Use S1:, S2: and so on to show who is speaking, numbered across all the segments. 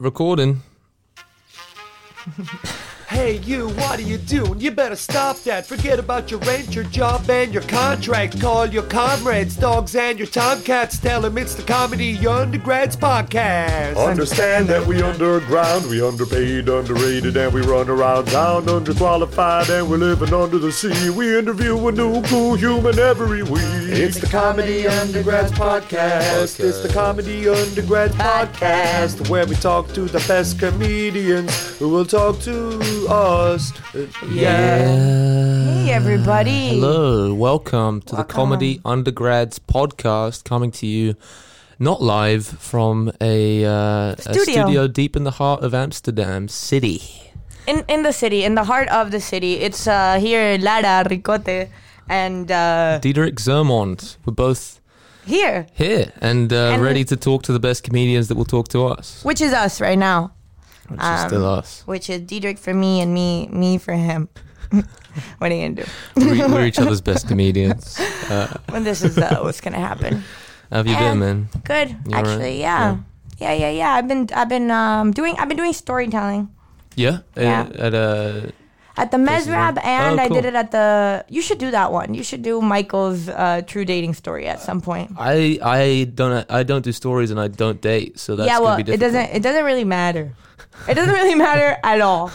S1: Recording.
S2: Hey, you, what are you doing? You better stop that. Forget about your rent, your job, and your contract. Call your comrades, dogs, and your tomcats. Tell them it's the Comedy Undergrads Podcast.
S3: Understand that we underground, we underpaid, underrated, and we run around town underqualified, and we're living under the sea. We interview a new cool human every week. It's the Comedy Undergrads Podcast. It's the Comedy Undergrads Podcast, where we talk to the best comedians who will talk to us. Uh, Yeah.
S4: Hey, everybody.
S1: Hello, welcome to the
S4: Welcome.
S1: Comedy Undergrads podcast, coming to you not live from a, uh, a
S4: Studio.
S1: studio deep in the heart of Amsterdam city.
S4: In in the city, in the heart of the city, it's uh, here Lara Ricote and uh,
S1: Diederik Zermond, we're both
S4: here,
S1: here and, uh,
S4: And-
S1: ready to talk to the best comedians that will talk to us,
S4: which is us right now,
S1: which is
S4: Um,
S1: still us.
S4: which is Diedrich for me and me me for him. what are you gonna do
S1: We're, we're each other's best comedians. Uh,
S4: when this is uh, what's gonna happen?
S1: how have you been,
S4: And-
S1: man?
S4: Good,
S1: You all right?
S4: actually, yeah. yeah, yeah, yeah, I've been I've been um, doing I've been doing storytelling
S1: Yeah,
S4: Yeah.
S1: Uh, at uh,
S4: at the
S1: This is
S4: Mesrab,
S1: right.
S4: and
S1: Oh,
S4: I did
S1: cool.
S4: it at the. You should do that one. You should do Michael's uh, true dating story at some point.
S1: I I don't I don't do stories and I don't date, so that's
S4: yeah,
S1: gonna
S4: well,
S1: be
S4: it
S1: difficult.
S4: doesn't. It doesn't really matter. It doesn't really matter at all.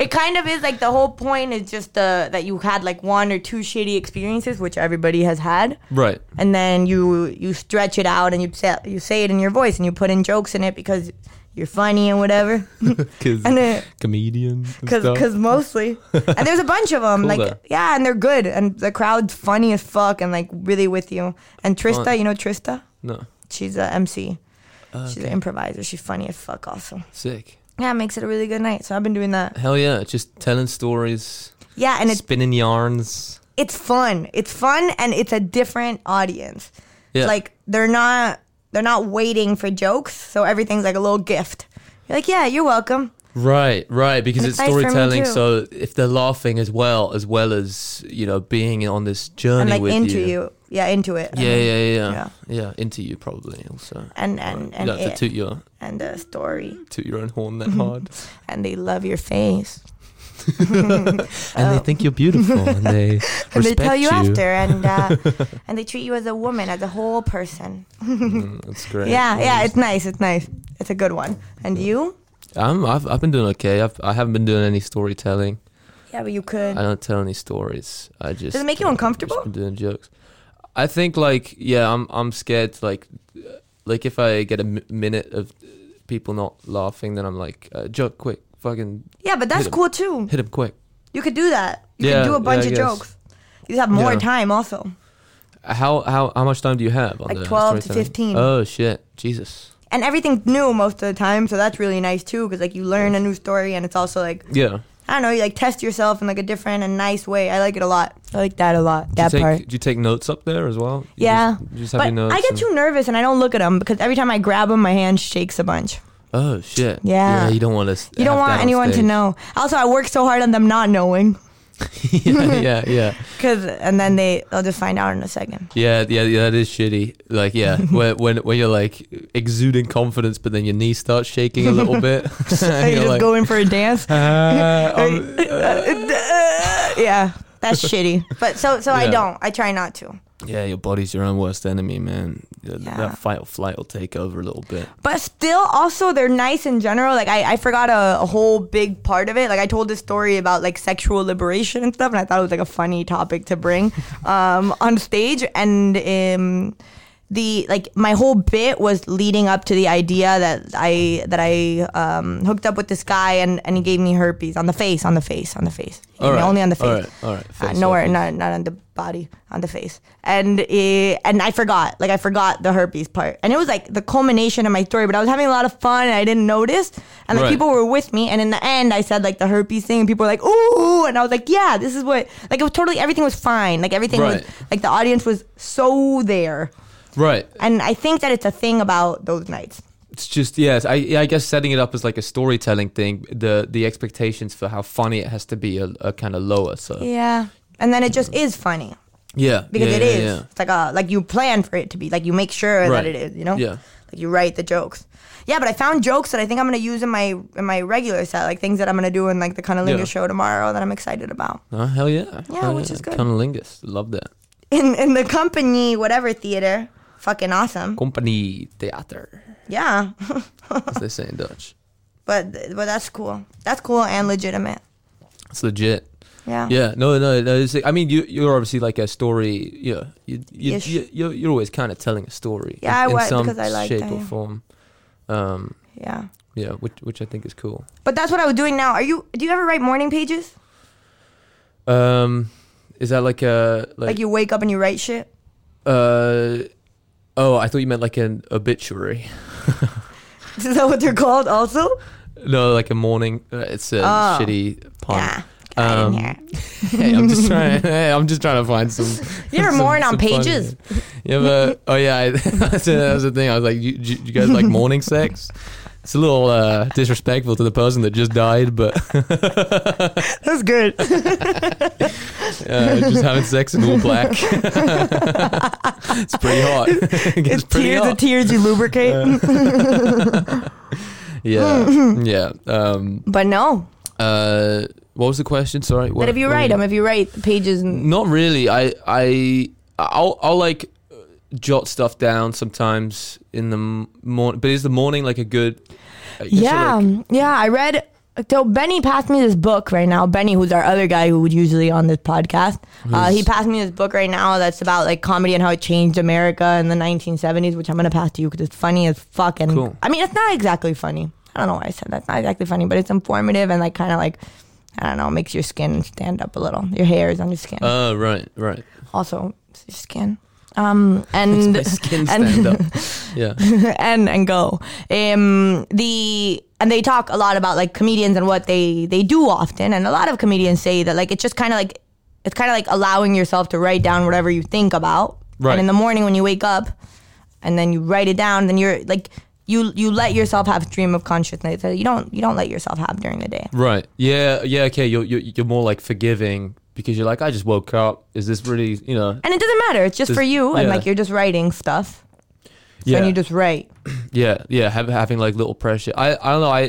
S4: it kind of is like the whole point is just the that you had like one or two shitty experiences, which everybody has had,
S1: Right.
S4: and then you you stretch it out and you say you say it in your voice and you put in jokes in it because you're funny and whatever.
S1: Cause
S4: And it-
S1: comedians and stuff.
S4: Because mostly, and there's a bunch of them.
S1: Cool,
S4: like
S1: though.
S4: yeah, and they're good, and the crowd's funny as fuck, and like really with you. And Trista,
S1: Fun.
S4: you know Trista,
S1: no,
S4: she's a MC. She's an improviser. She's funny as fuck, also.
S1: sick.
S4: Yeah, it makes it a really good night. So I've been doing that.
S1: Hell yeah, just telling stories,
S4: Yeah, and it's
S1: spinning yarns.
S4: it's fun. It's fun and it's a different audience.
S1: Yeah.
S4: Like they're not they're not waiting for jokes, so everything's like a little gift. You're like, "Yeah, you're welcome."
S1: Right, right, because
S4: And
S1: it's
S4: it's nice for me
S1: storytelling.
S4: too.
S1: So if they're laughing as well, as well as you know, being on this journey
S4: And like
S1: with
S4: into you. Yeah, into it.
S1: Yeah, yeah, yeah, yeah,
S4: Yeah.
S1: Into you probably also.
S4: And and
S1: You
S4: and
S1: don't have to
S4: it,
S1: toot your
S4: and the story
S1: toot your own horn that hard,
S4: and they love your face.
S1: and they think you're beautiful, and they respect
S4: Oh. And they tell you, after and uh, and they treat you as a woman, as a whole person.
S1: That's great.
S4: Yeah, yeah, it's nice. It's nice. It's a good one. And you?
S1: I'm, I've I've been doing okay. I've I haven't been doing any storytelling.
S4: Yeah, but you could.
S1: I don't tell any stories. I just
S4: Does it make you
S1: uh,
S4: uncomfortable?
S1: Just been doing jokes. I think like yeah, I'm I'm scared like uh, like if I get a mi- minute of uh, people not laughing, then I'm like uh, joke quick, fucking
S4: Yeah, but that's
S1: Hit 'em.
S4: cool too.
S1: hit him quick.
S4: You could do that. You
S1: Yeah,
S4: could do a
S1: yeah,
S4: bunch
S1: I
S4: of
S1: guess.
S4: jokes. You have more
S1: Yeah.
S4: time also.
S1: How how how much time do you have? On
S4: Like
S1: the
S4: 12 to
S1: storytelling?
S4: 15.
S1: Oh shit, Jesus.
S4: And everything's new most of the time, so that's really nice too because like you learn a new story and it's also like
S1: Yeah.
S4: I don't know, you like test yourself in like a different and nice way. I like it a lot. I like that a lot.
S1: Do you take do you take notes up there as well? You
S4: Yeah.
S1: Just, you just have
S4: But
S1: your notes.
S4: I get
S1: and-
S4: too nervous and I don't look at them because every time I grab them, my hand shakes a bunch.
S1: Oh shit.
S4: Yeah.
S1: Yeah. You don't want to.
S4: You don't want anyone to know. Also, I work so hard on them not knowing
S1: yeah, yeah, yeah.
S4: because, and then they they'll just find out in a second.
S1: Yeah, yeah, yeah, that is shitty. Like, yeah, when when when you're like exuding confidence, but then your knee starts shaking a little bit.
S4: So you
S1: you're
S4: just
S1: like,
S4: go in for a dance.
S1: "Ah, um,
S4: yeah, that's shitty. But so so I
S1: Yeah.
S4: don't. I try not to.
S1: yeah, your body's your own worst enemy, man. Yeah,
S4: Yeah.
S1: That fight or flight will take over a little bit.
S4: But still, also they're nice in general. Like I, I forgot a, a whole big part of it. Like I told this story about like sexual liberation and stuff, and I thought it was like a funny topic to bring um, on stage. And um, the like my whole bit was leading up to the idea that I that I um, hooked up with this guy and and he gave me herpes on the face, on the face, on the face. He gave me
S1: Alright,
S4: Only on the face.
S1: alright, alright,
S4: Uh,
S1: face
S4: nowhere,
S1: herpes.
S4: not not on the body, on the face. And it, and I forgot, like I forgot the herpes part, and it was like the culmination of my story. But I was having a lot of fun, and I didn't notice. And like
S1: Right.
S4: people were with me, and in the end, I said like the herpes thing, and people were like, "Ooh!" And I was like, "Yeah, this is what." Like it was totally everything was fine. Like everything
S1: Right.
S4: was like the audience was so there,
S1: Right.
S4: and I think that it's a thing about those nights.
S1: It's just yes. I I guess setting it up as like a storytelling thing. The the expectations for how funny it has to be are, are kind of lower. So yeah,
S4: Yeah, and then it just is funny
S1: yeah
S4: because
S1: yeah,
S4: it is.
S1: Yeah.
S4: It's like a like you plan for it to be like you make sure that
S1: Right.
S4: it is. You know.
S1: Yeah.
S4: Like you write the jokes. Yeah, but I found jokes that I think I'm gonna use in my in my regular set, like things that I'm gonna do in like the Cunnilingus
S1: Yeah.
S4: show tomorrow that I'm excited about.
S1: Oh, hell yeah.
S4: Yeah,
S1: Hell
S4: which is good.
S1: Cunnilingus. Love that.
S4: In in the company, whatever theater. Fucking awesome.
S1: Company theater,
S4: Yeah.
S1: as they say in Dutch.
S4: but but that's cool. That's cool and legitimate.
S1: It's legit.
S4: Yeah.
S1: Yeah, no, no, no. It's like, I mean, you, you're obviously like a story. You know, you, you,
S4: Ish.
S1: you, you're, you're always kind of telling a story.
S4: Yeah, I
S1: in, in
S4: was,
S1: some
S4: because I like
S1: shape
S4: that,
S1: or
S4: yeah.
S1: form. Um,
S4: Yeah.
S1: yeah, which which I think is cool.
S4: But that's what I was doing now. Are you? Do you ever write morning pages?
S1: Um, is that like a like,
S4: Like you wake up and you write shit.
S1: Uh, oh, I thought you meant like an obituary.
S4: Is that what they're called? Also.
S1: No, like a morning. uh, It's a
S4: Oh.
S1: shitty pun.
S4: Yeah. I
S1: Um,
S4: didn't hear.
S1: hey, I'm just trying. Hey, I'm just trying to find some.
S4: You're
S1: some-
S4: more on
S1: some fun
S4: pages.
S1: here. Yeah, but oh yeah, I, that's the- that was the thing. I was like, you, you, you guys like morning sex? It's a little uh, disrespectful to the person that just died, but
S4: That's good.
S1: uh, just having sex in all black. it's pretty hot. it gets
S4: it's
S1: pretty
S4: tears. The
S1: hot.
S4: tears you lubricate.
S1: yeah, yeah. Um,
S4: but no.
S1: uh, what was the question? Sorry. What,
S4: But if you
S1: what
S4: write
S1: was-
S4: them, if you write the pages, and
S1: Not really. I I I'll I'll like uh, jot stuff down sometimes in the morning. But is the morning like a good? I guess you're,
S4: yeah, um,
S1: like-
S4: yeah. I read. So Benny passed me this book right now. Benny, who's our other guy who would usually on this podcast, uh, he passed me this book right now that's about like comedy and how it changed America in the 1970s, which I'm gonna pass to you because it's funny as fuck. And
S1: Cool.
S4: I mean, it's not exactly funny. I don't know why I said that. It's not exactly funny, but it's informative and like kind of like I don't know, makes your skin stand up a little. Your hair is on your skin.
S1: Oh right, right.
S4: also, it's your skin. Um, and
S1: My skin
S4: and-
S1: stand up. Yeah,
S4: and and go. Um, the and they talk a lot about like comedians and what they they do often, and a lot of comedians say that like it's just kind of like it's kind of like allowing yourself to write down whatever you think about.
S1: Right.
S4: And in the morning when you wake up, and then you write it down, then you're like you you let yourself have stream of consciousness that you don't you don't let yourself have during the day.
S1: right. Yeah, yeah. Okay, you're you're, you're more like forgiving because you're like, I just woke up. Is this really? You know.
S4: And it doesn't matter. It's just
S1: Just-
S4: for you, and
S1: yeah.
S4: like you're just writing stuff.
S1: Yeah.
S4: And you just write.
S1: Yeah, yeah, have, having like little pressure. I, I don't know. I,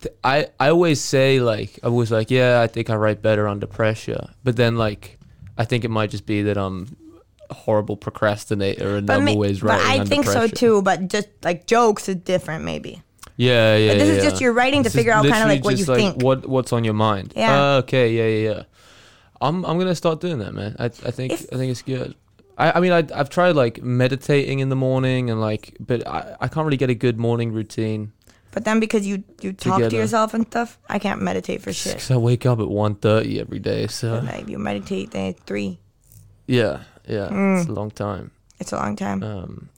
S1: th- I, I always say like I was like, yeah, I think I write better under pressure. But then like, I think it might just be that I'm a horrible procrastinator and I'm
S4: ma-
S1: always
S4: but
S1: writing.
S4: I
S1: under
S4: think so
S1: pressure.
S4: too. But just like jokes is different, maybe.
S1: Yeah, yeah.
S4: But this
S1: yeah,
S4: is just
S1: yeah.
S4: your writing to
S1: This is
S4: figure out kinda,
S1: literally
S4: like, what you
S1: just, like,
S4: think.
S1: What what's on your mind?
S4: Yeah.
S1: Uh, okay. Yeah. Yeah. Yeah. I'm I'm gonna start doing that, man. I I think
S4: If-
S1: I think it's good. I, I mean I I've tried like meditating in the morning and like, but I I can't really get a good morning routine.
S4: But then because you you talk to
S1: Together.
S4: yourself and stuff, I can't meditate for shit.
S1: Because I wake up at 1.30 every day, so
S4: Like you meditate then at three.
S1: yeah, yeah,
S4: Mm.
S1: it's a long time.
S4: It's a long time.
S1: Um,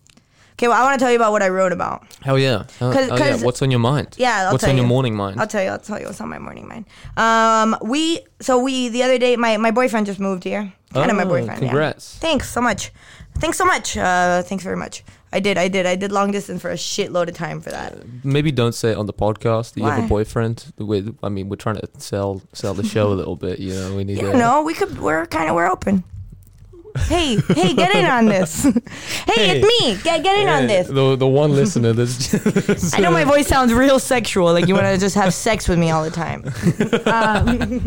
S4: Okay, well I want to tell you about what I wrote about.
S1: hell yeah, hell,
S4: 'Cause-
S1: hell yeah.
S4: 'cause-
S1: What's on your mind?
S4: Yeah, I'll
S1: what's
S4: tell
S1: on your
S4: you.
S1: morning mind?
S4: I'll tell you. I'll tell you what's on my morning mind. Um, we so we the other day my my boyfriend just moved here. Kind of my
S1: Oh,
S4: boyfriend. yeah.
S1: congrats.
S4: Thanks so much. Thanks so much. Uh, thanks very much. I did. I did. I did long distance for a shitload of time for that.
S1: Maybe don't say it on the podcast. that You have
S4: Why?
S1: a boyfriend. With I mean, we're trying to sell sell the show a little bit. You know, we need.
S4: Yeah,
S1: to,
S4: no, we could. We're kind of we're open. Hey, hey, get in on this. hey,
S1: Hey.
S4: it's me. Get get in on
S1: Hey,
S4: this.
S1: The the one listener that's
S4: I know my voice sounds real sexual, like you want to just have sex with me all the time. Um,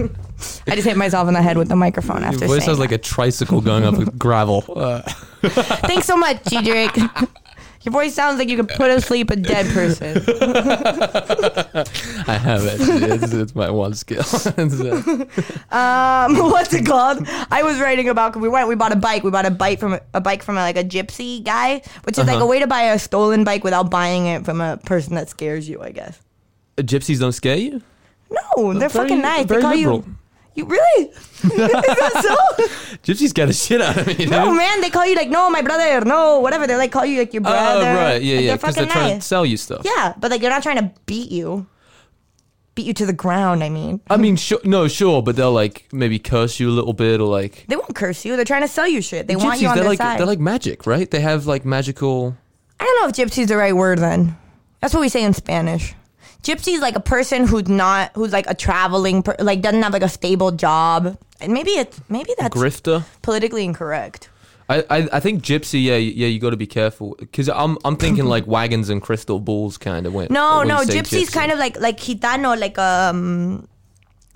S4: I just hit myself in the head with the microphone after
S1: your voice
S4: saying
S1: sounds like a tricycle going up with gravel. Uh,
S4: that. Thanks so much, Jedrick. Your voice sounds like you could put asleep a dead person.
S1: I have it. It's, it's my one skill. And so-
S4: Um, what's it called? I was writing about. We went. We bought a bike. We bought a bike from a bike from like a gypsy guy, which is
S1: Uh-huh.
S4: like a way to buy a stolen bike without buying it from a person that scares you. I guess.
S1: gypsies don't scare you.
S4: No, they're
S1: Very-
S4: fucking nice. They
S1: very
S4: call
S1: liberal.
S4: you. You really? is that so?
S1: Gypsies get the shit out of me. Dude.
S4: No, man, they call you like, no, my brother, no, whatever. They like call you like your
S1: Oh
S4: brother.
S1: right, yeah,
S4: Like,
S1: yeah,
S4: They're
S1: because they're
S4: fucking
S1: trying to
S4: nice.
S1: sell you stuff.
S4: Yeah, but like they're not trying to beat you, beat you to the ground. I mean,
S1: I mean, sure, no, sure, but they'll like maybe curse you a little bit or like.
S4: they won't curse you. They're trying to sell you shit. They want
S1: Gypsies,
S4: you on
S1: they're
S4: their
S1: like
S4: side.
S1: they're like magic, right? They have like magical.
S4: I don't know if gypsy's the right word. Then that's what we say in Spanish. Gypsy's like a person who's not, who's like a traveling, per- like doesn't have like a stable job. And maybe it's maybe that's
S1: grifter.
S4: politically incorrect.
S1: I, I, I think Gypsy, yeah, yeah, you got to be careful because I'm, I'm thinking like wagons and crystal balls kind of went.
S4: No, no, gypsy's kind of like like gitano, like um,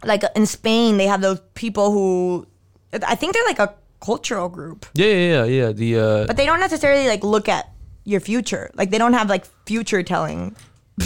S4: like in Spain they have those people who, I think they're like a cultural group,
S1: Yeah, yeah, yeah, yeah. The uh,
S4: but they don't necessarily like look at your future. Like they don't have like future telling.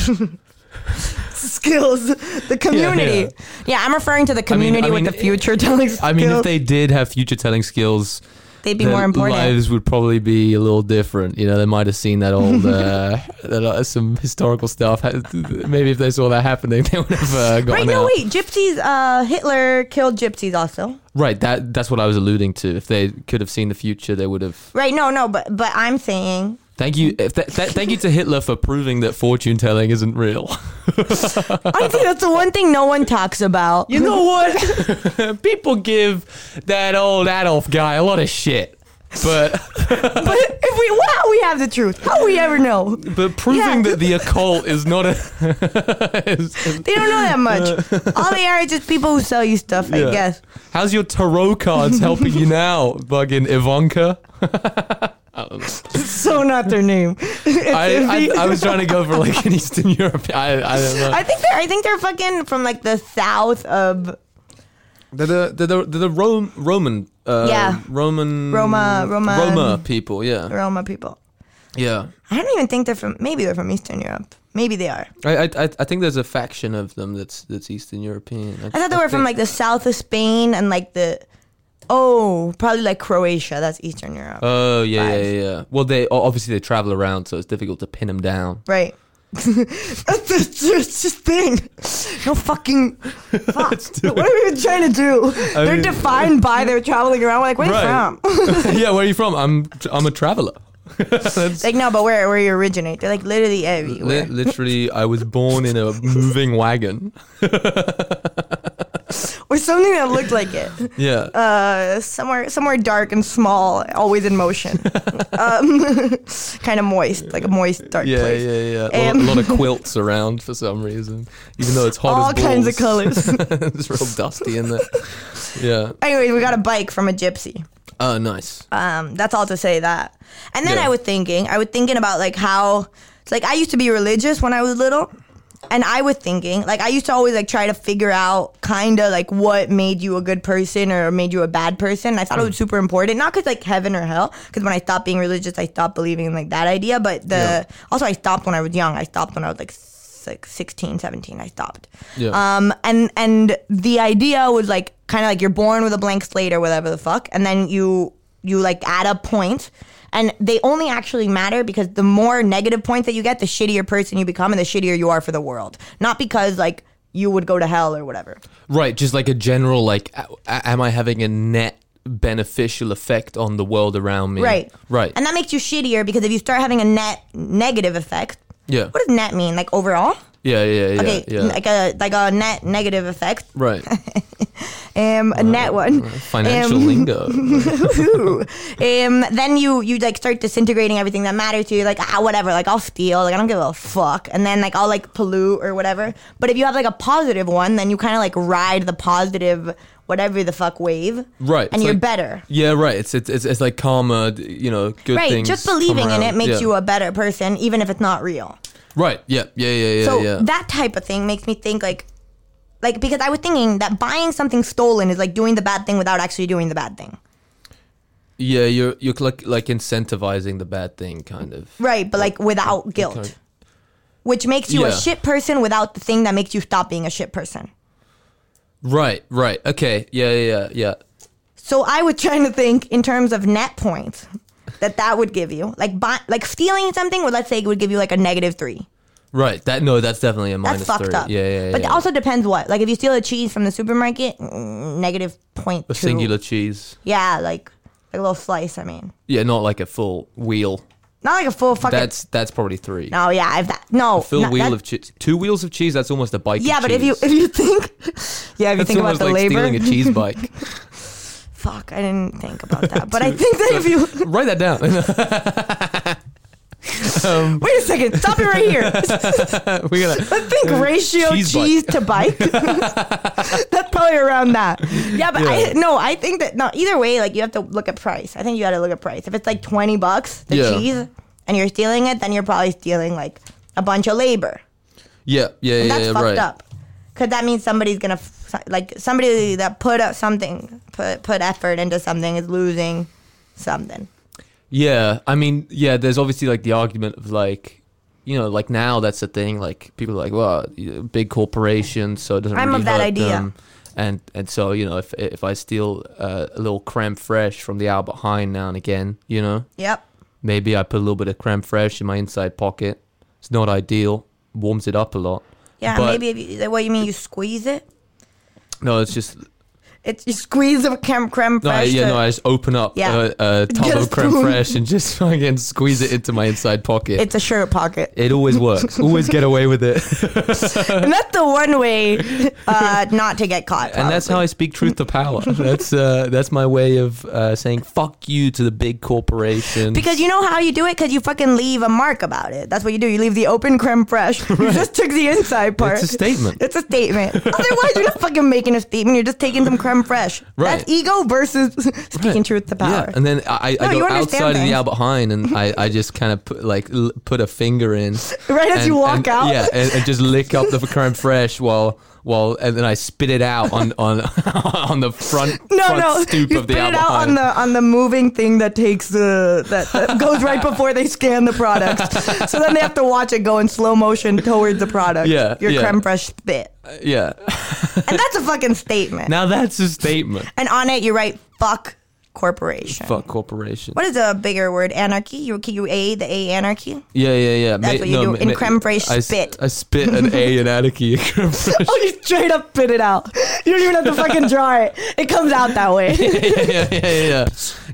S4: skills the community yeah, i'm referring to the community
S1: I mean,
S4: with the future telling
S1: I mean, if
S4: skills.
S1: they did have future telling skills,
S4: they'd be
S1: their
S4: more important
S1: Lives would probably be a little different. You know, they might have seen that old, uh, that, uh, some historical stuff. Maybe if they saw that happening, they would have uh, gotten
S4: right no
S1: out.
S4: wait gypsies uh hitler killed gypsies also
S1: Right, that that's what I was alluding to. If they could have seen the future, they would have.
S4: right no no but but i'm saying
S1: Thank you, if th- th- thank you to Hitler for proving that fortune telling isn't real.
S4: Honestly, that's the one thing no one talks about.
S1: You know what? People give that old Adolf guy a lot of shit, but
S4: but if we, well, how we have the truth? How we ever know?
S1: but proving
S4: Yeah.
S1: that the occult is not a is- is-
S4: They don't know that much. All they are is just people who sell you stuff, I
S1: Yeah.
S4: guess.
S1: How's your tarot cards helping you now, bugging Ivanka?
S4: So not their name.
S1: I, I, I was trying to go for like an Eastern European. I, I don't know.
S4: I think they're I think they're fucking from like the south of
S1: They're the they're the, they're the Rome, Roman uh,
S4: Yeah.
S1: Roman
S4: Roma- Roman-
S1: Roma people. Yeah,
S4: Roma people.
S1: yeah.
S4: I don't even think they're from maybe they're from Eastern Europe. Maybe they are.
S1: I, I I- I think there's a faction of them that's that's Eastern European.
S4: I thought they were from like the south of Spain and like the oh, probably like Croatia. That's Eastern Europe.
S1: Oh yeah, yeah,
S4: Vibes.
S1: yeah, yeah. Well, they o- obviously they travel around, so it's difficult to pin them down.
S4: Right. That's just, it's just thing. No fucking. Fuck. what are we even trying to do? They're
S1: mean-
S4: defined by their traveling around. We're like, where are you
S1: Right.
S4: from?
S1: yeah, where are you from? I'm tr- I'm a traveler. That's
S4: like, no, but where where you originate? They're like literally everywhere.
S1: li- literally, I was born in a moving wagon.
S4: or something that looked like it.
S1: Yeah.
S4: Uh, somewhere somewhere dark and small, always in motion. um, kind of moist, like a moist dark
S1: yeah,
S4: place.
S1: yeah, yeah, A
S4: Um,
S1: lot, lot of quilts around for some reason, even though it's hot
S4: All
S1: as
S4: kinds of
S1: balls.
S4: colors.
S1: it's real dusty in there. Yeah.
S4: Anyways, we got a bike from a gypsy.
S1: Oh, nice.
S4: Um, that's all to say that. And then
S1: Yeah.
S4: I was thinking, I was thinking about like how, it's like I used to be religious when I was little, and I was thinking, like I used to always like try to figure out kind of like what made you a good person or made you a bad person. I thought it was
S1: Mm.
S4: super important, not because like heaven or hell, because when I stopped being religious, I stopped believing in like that idea. But the
S1: Yeah.
S4: also I stopped when I was young. I stopped when I was like. s- Like 16, 17, I stopped.
S1: Yeah.
S4: Um, and and the idea was like kind of like you're born with a blank slate or whatever the fuck, and then you you like add up points, and they only actually matter because the more negative points that you get, the shittier person you become, and the shittier you are for the world. Not because like you would go to hell or whatever.
S1: Right, just like a general, like, a- a- am I having a net beneficial effect on the world around me?
S4: Right.
S1: Right.
S4: And that makes you shittier because if you start having a net negative effect,
S1: Yeah.
S4: what does net mean? Like overall?
S1: yeah, yeah, yeah.
S4: Okay,
S1: yeah.
S4: like a like a net negative effect.
S1: right.
S4: Um, a net one.
S1: Uh, Financial
S4: Um,
S1: lingo.
S4: Ooh. um, then you you like start disintegrating everything that matters to you. Like ah, whatever. Like I'll steal. Like I don't give a fuck. And then like I'll like pollute or whatever. But if you have like a positive one, then you kind of like ride the positive whatever the fuck wave.
S1: Right.
S4: And
S1: it's
S4: you're
S1: like-
S4: better.
S1: Yeah, right. It's, it's it's it's like karma. d- You know, good
S4: Right.
S1: things.
S4: Just believing in it makes you
S1: A-
S4: a better person, even if it's not real.
S1: right. Yeah. Yeah. Yeah. Yeah.
S4: So
S1: yeah.
S4: that type of thing makes me think like like because I was thinking that buying something stolen is like doing the bad thing without actually doing the bad thing.
S1: yeah. You're you're like like incentivizing the bad thing, kind of.
S4: Right, but like without guilt.
S1: kind-
S4: Which makes you a
S1: Yeah.
S4: shit person without the thing that makes you stop being a shit person.
S1: Right. Right. Okay. Yeah. Yeah. Yeah. yeah.
S4: So I was trying to think in terms of net points that that would give you. Like buy, like stealing something would let's say it would give you like a negative 3.
S1: Right. That no. That's definitely a
S4: That's
S1: minus
S4: fucked
S1: three.
S4: up.
S1: Yeah. Yeah. yeah
S4: but
S1: yeah.
S4: it also depends what. Like if you steal a cheese from the supermarket, mm, negative point
S1: a
S4: two.
S1: singular cheese.
S4: Yeah, like like a little slice, I mean.
S1: Yeah. Not like a full wheel.
S4: Not like a full fucking
S1: That's that's probably three.
S4: No, yeah, I've that. No,
S1: Full
S4: no,
S1: wheel
S4: that-
S1: of cheese. Two wheels of cheese. That's almost a bike.
S4: Yeah,
S1: of
S4: but if you
S1: cheese.
S4: if you think, yeah, if you
S1: That's
S4: think
S1: almost
S4: about the
S1: like stealing a
S4: labor,
S1: cheese bike.
S4: fuck, I didn't think about that. But I think that if you
S1: Write that down.
S4: Wait a second. Stop it right here.
S1: we gotta.
S4: I think ratio
S1: Cheese
S4: cheese,
S1: bike.
S4: to bike. That's probably around that. Yeah, but I no, I think that no. Either way, like you have to look at price. I think you got to look at price. If it's like twenty bucks the
S1: Yeah.
S4: cheese, and you're stealing it, then you're probably stealing like a bunch of labor.
S1: Yeah, yeah, yeah,
S4: And that's
S1: yeah,
S4: fucked
S1: right.
S4: up. Cause that means somebody's gonna f- like somebody that put up something, put put effort into something is losing something.
S1: Yeah, I mean, yeah. There's obviously like the argument of like, you know, like now that's the thing. Like people are like, well, you- big corporations, so it doesn't.
S4: I'm
S1: really
S4: of that
S1: hurt
S4: idea.
S1: Them. And and so you know, if if I steal uh, a little creme fraiche from the Albert Heijn now and again, you know,
S4: Yep.
S1: maybe I put a little bit of creme fraiche in my inside pocket. It's not ideal. Warms it up a lot.
S4: Yeah.
S1: But-
S4: maybe if you, what you mean you squeeze it.
S1: No, it's just
S4: It's you squeeze the creme creme
S1: no, I,
S4: fraiche
S1: yeah,
S4: to-
S1: no. I just open up uh,
S4: Yeah.
S1: a, a tub
S4: Get a
S1: of creme
S4: spoon.
S1: fraiche and just fucking squeeze it into my inside pocket.
S4: it's a shirt pocket.
S1: it always works. always get away with it.
S4: and that's the one way uh, not to get caught.
S1: and that's how I speak truth to power. that's uh, that's my way of uh, saying fuck you to the big corporations.
S4: Because you know how you do it? Because you fucking leave a mark about it. That's what you do. You leave the open creme fraiche. You just took the inside part.
S1: It's a statement.
S4: It's a statement. Otherwise, you're not fucking making a statement. You're just taking some creme fraiche.
S1: Right.
S4: That's ego versus speaking truth to power.
S1: Yeah, and then I, I
S4: No, you
S1: go
S4: understand
S1: outside of the
S4: things.
S1: Albert Heijn and I, I just kind of put like l- put a finger in
S4: Right as
S1: and-
S4: you walk
S1: and-
S4: out?
S1: Yeah, and, and just lick up the creme fraiche while while and then I spit it out on on on the front,
S4: no,
S1: front
S4: no.
S1: stoop
S4: you
S1: of the
S4: spit it
S1: Albert
S4: out
S1: Heijn.
S4: on the on the moving thing that takes the that, that goes right before they scan the product. so then they have to watch it go in slow motion towards the product.
S1: Yeah,
S4: your
S1: yeah.
S4: creme fraiche spit.
S1: yeah.
S4: And that's a fucking statement.
S1: Now that's a statement.
S4: and on it, you write "fuck corporation."
S1: Fuck corporation.
S4: What is a bigger word? Anarchy. You can you a the a anarchy.
S1: Yeah, yeah, yeah.
S4: That's what you do. In creme fraiche,
S1: I s-
S4: spit.
S1: I spit an A in anarchy. in creme fraiche.
S4: Oh, you straight up spit it out. You don't even have to fucking draw it. It comes out that way.
S1: yeah, yeah, yeah, yeah.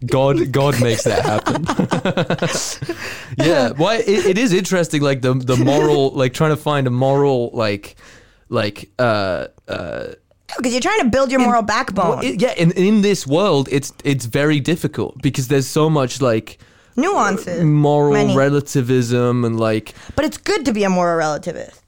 S1: God, God makes that happen. yeah, why it, it is interesting, like the the moral, like trying to find a moral, like, like, uh, uh,
S4: Because you're trying to build your moral backbone.
S1: it- yeah. In in this world, it's it's very difficult because there's so much like
S4: Nuances.
S1: moral
S4: Many.
S1: relativism and like
S4: but it's good to be a moral relativist.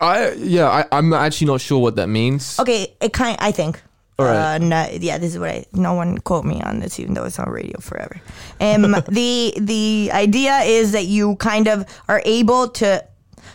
S1: I yeah I, I'm actually not sure what that means.
S4: Okay, it kind. I think.
S1: All right.
S4: Uh, no, yeah, this is what I. No one quote me on this, even though it's on radio forever. Um, the the idea is that you kind of are able to.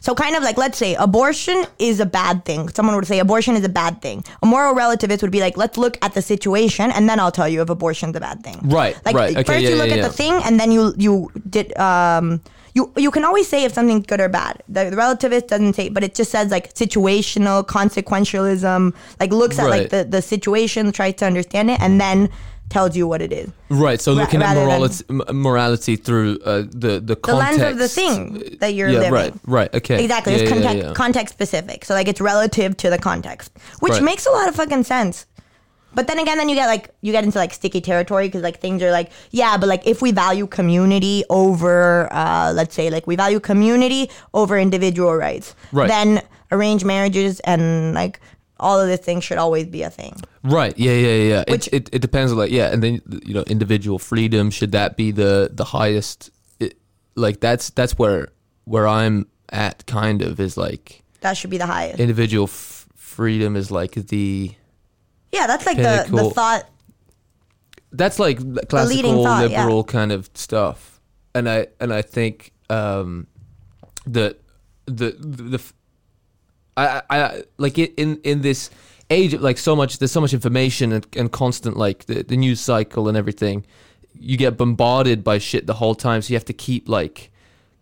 S4: So kind of like let's say abortion is a bad thing. Someone would say abortion is a bad thing. A moral relativist would be like, let's look at the situation and then I'll tell you if abortion's a bad thing.
S1: Right,
S4: Like
S1: right. Okay,
S4: first
S1: yeah,
S4: you
S1: yeah,
S4: look at
S1: yeah.
S4: the thing and then you you did um you you can always say if something's good or bad. The, the relativist doesn't say, but it just says like situational consequentialism. Like looks at
S1: Right.
S4: like the the situation, tries to understand it, and then tells you what it is.
S1: Right, so
S4: Ra-
S1: looking at
S4: rather than-
S1: morality, m- morality through uh, the the
S4: The
S1: context.
S4: lens of the thing that you're
S1: yeah,
S4: living.
S1: right, right, okay,
S4: Exactly.
S1: Yeah,
S4: it's
S1: yeah,
S4: context,
S1: yeah.
S4: context specific. So like it's relative to the context, which
S1: Right.
S4: makes a lot of fucking sense. But then again, then you get like you get into like sticky territory because like things are like yeah, but like if we value community over, uh, let's say like we value community over individual rights,
S1: Right.
S4: then arranged marriages and like all of this thing should always be a thing.
S1: Right. Yeah. Yeah. Yeah.
S4: Which-
S1: it, it it depends. on Like yeah, and then you know, individual freedom should that be the the highest? It, like that's that's where where I'm at. Kind of is like
S4: That should be the highest.
S1: individual f- freedom is like the
S4: yeah, that's like
S1: Okay,
S4: the
S1: cool.
S4: the thought
S1: that's like the classical
S4: thought, yeah.
S1: liberal kind of stuff, and I and I think um, that the the, the f- I, I I- like i- in in this age of like so much there's so much information and, and constant like the, the news cycle and everything you get bombarded by shit the whole time so you have to keep like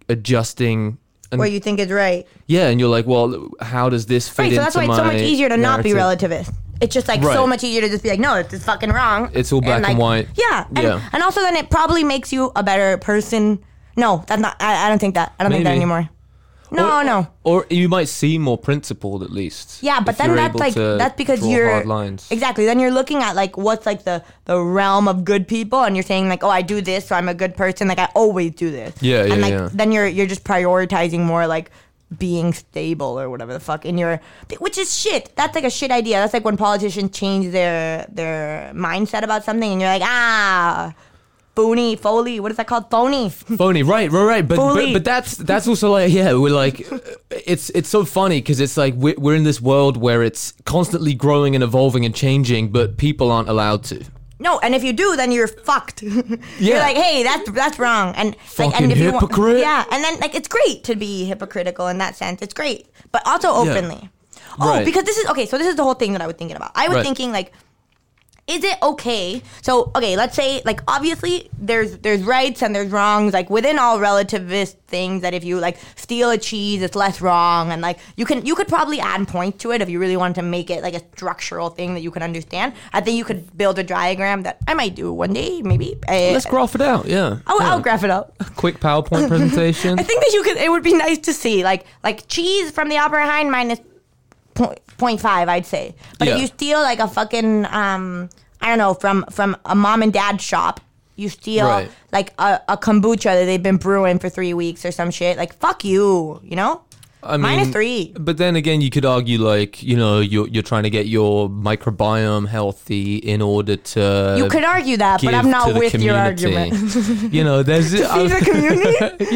S1: adjusting and
S4: where you think is right.
S1: yeah and you're like well how does this fit
S4: Right.
S1: into
S4: So that's why it's so
S1: my
S4: much easier to not be
S1: narrative?
S4: relativist. It's just like so
S1: Right.
S4: much easier to just be like, no, it's is fucking wrong.
S1: It's all black and
S4: like,
S1: white.
S4: Yeah. And,
S1: Yeah.
S4: and also then it probably makes you a better person. No, that's not. I, I don't think that. I don't think that
S1: Maybe.
S4: anymore. No,
S1: or,
S4: no.
S1: Or you might seem more principled at least.
S4: Yeah, but
S1: if
S4: then
S1: you're
S4: that's
S1: able
S4: like
S1: to
S4: that's because
S1: draw
S4: you're
S1: hard lines.
S4: exactly. Then you're looking at like what's like the the realm of good people, and you're saying like, oh, I do this, so I'm a good person. Like I always do this.
S1: Yeah,
S4: and
S1: yeah,
S4: like,
S1: yeah.
S4: Then you're you're just prioritizing more like being stable or whatever the fuck in your which is shit. That's like a shit idea. That's like when politicians change their their mindset about something, and you're like, ah, phony, foley. What is that called? Phony.
S1: phony right right right but, but
S4: Fully.
S1: but that's that's also like yeah we're like uh, it's it's so funny because it's like we're, we're in this world where it's constantly growing and evolving and changing but people aren't allowed to
S4: No, and if you do, then you're fucked.
S1: Yeah.
S4: You're like, hey, that's that's wrong. And like,
S1: Fucking
S4: and if you
S1: hypocrite.
S4: Want, yeah, and then like it's great to be hypocritical in that sense. It's great, but also openly. Oh,
S1: Right.
S4: because this is okay. So this is the whole thing that I was thinking about. I was
S1: Right.
S4: thinking like, is it okay? So okay, let's say like obviously there's there's rights and there's wrongs. Like within all relativist things, that if you like steal a cheese, it's less wrong, and like you can you could probably add points to it if you really wanted to make it like a structural thing that you can understand. I think you could build a diagram that I might do one day, maybe. I,
S1: let's graph it out yeah
S4: I'll,
S1: yeah.
S4: I'll graph it out.
S1: quick powerpoint presentation
S4: Oh. I think that you could. It would be nice to see, like, like cheese from the Opera Hein minus point, point 0.5, I'd say. But
S1: Yeah.
S4: if you steal like a fucking, um, I don't know, from from a mom and dad shop, you steal
S1: Right.
S4: like a, a kombucha that they've been brewing for three weeks or some shit. Like, fuck you, you know.
S1: I mean,
S4: Minus three.
S1: But then again, you could argue like you know you're you're trying to get your microbiome healthy in order to
S4: You could argue that, but
S1: uh, give
S4: I'm
S1: to
S4: not
S1: the
S4: with your
S1: community.
S4: argument.
S1: you know, there's
S4: See the community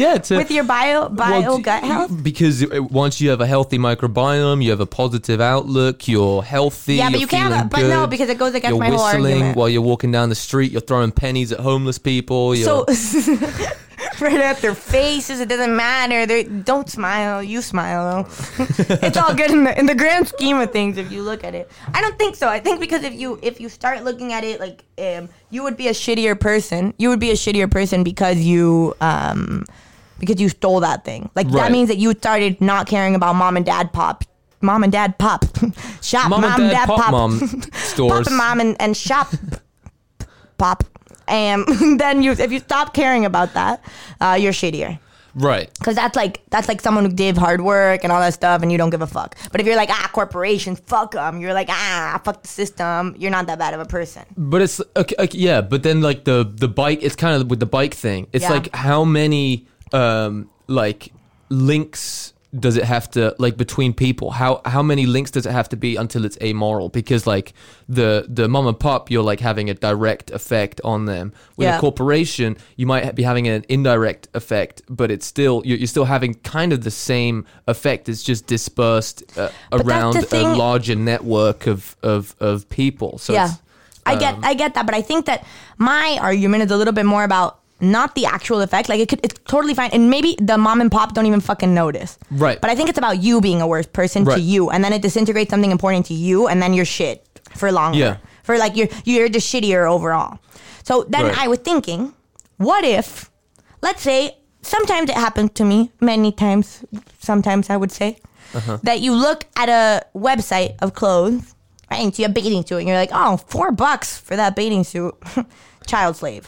S1: yeah to,
S4: with your bio bio
S1: Well, d-
S4: gut health.
S1: Because uh, once you have a healthy microbiome, you have a positive outlook. You're healthy.
S4: Yeah, but
S1: you're
S4: you can't-
S1: feeling
S4: but no,
S1: good,
S4: because it goes against
S1: you're
S4: my whole
S1: whistling
S4: argument.
S1: while you're walking down the street. You're throwing pennies at homeless people. You're,
S4: So right at their faces, it doesn't matter. They don't smile. You smile though. it's all good in the in the grand scheme of things if you look at it. I don't think so. I think because if you if you start looking at it like um, you would be a shittier person. You would be a shittier person because you um because you stole that thing. Like
S1: Right.
S4: that means that you started not caring about mom and dad pop. Mom and dad pop. Shop
S1: mom, and dad, pop,
S4: pop
S1: mom stores.
S4: pop and mom and, and shop pop and then you if you stop caring about that uh, you're shittier
S1: right.
S4: because that's like that's like someone who did hard work and all that stuff and you don't give a fuck but if you're like ah corporations fuck them you're like ah fuck the system you're not that bad of a person
S1: But it's okay, okay, yeah. But then like the the bike, it's kind of with the bike thing. It's
S4: Yeah.
S1: like how many um like links does it have to like between people? How how many links does it have to be until it's amoral? Because like the the mom and pop, you're like having a direct effect on them. With a
S4: Yeah.
S1: corporation, you might ha- be having an indirect effect, but it's still you're, you're still having kind of the same effect. It's just dispersed uh,
S4: that's the
S1: around a
S4: thing-
S1: larger network of of of people. So
S4: yeah
S1: it's, um,
S4: i get i get that but i think that my argument is a little bit more about not the actual effect like it could it's totally fine and maybe the mom and pop don't even fucking notice
S1: Right.
S4: but i think it's about you being a worse person
S1: Right.
S4: to you and then it disintegrates something important to you and then you're shit for longer
S1: Yeah.
S4: for like you're you're just shittier overall so then
S1: Right.
S4: i was thinking what if let's say sometimes it happens to me many times sometimes i would say
S1: Uh-huh.
S4: that you look at a website of clothes right, and see a bathing suit and you're like oh four bucks for that bathing suit child slave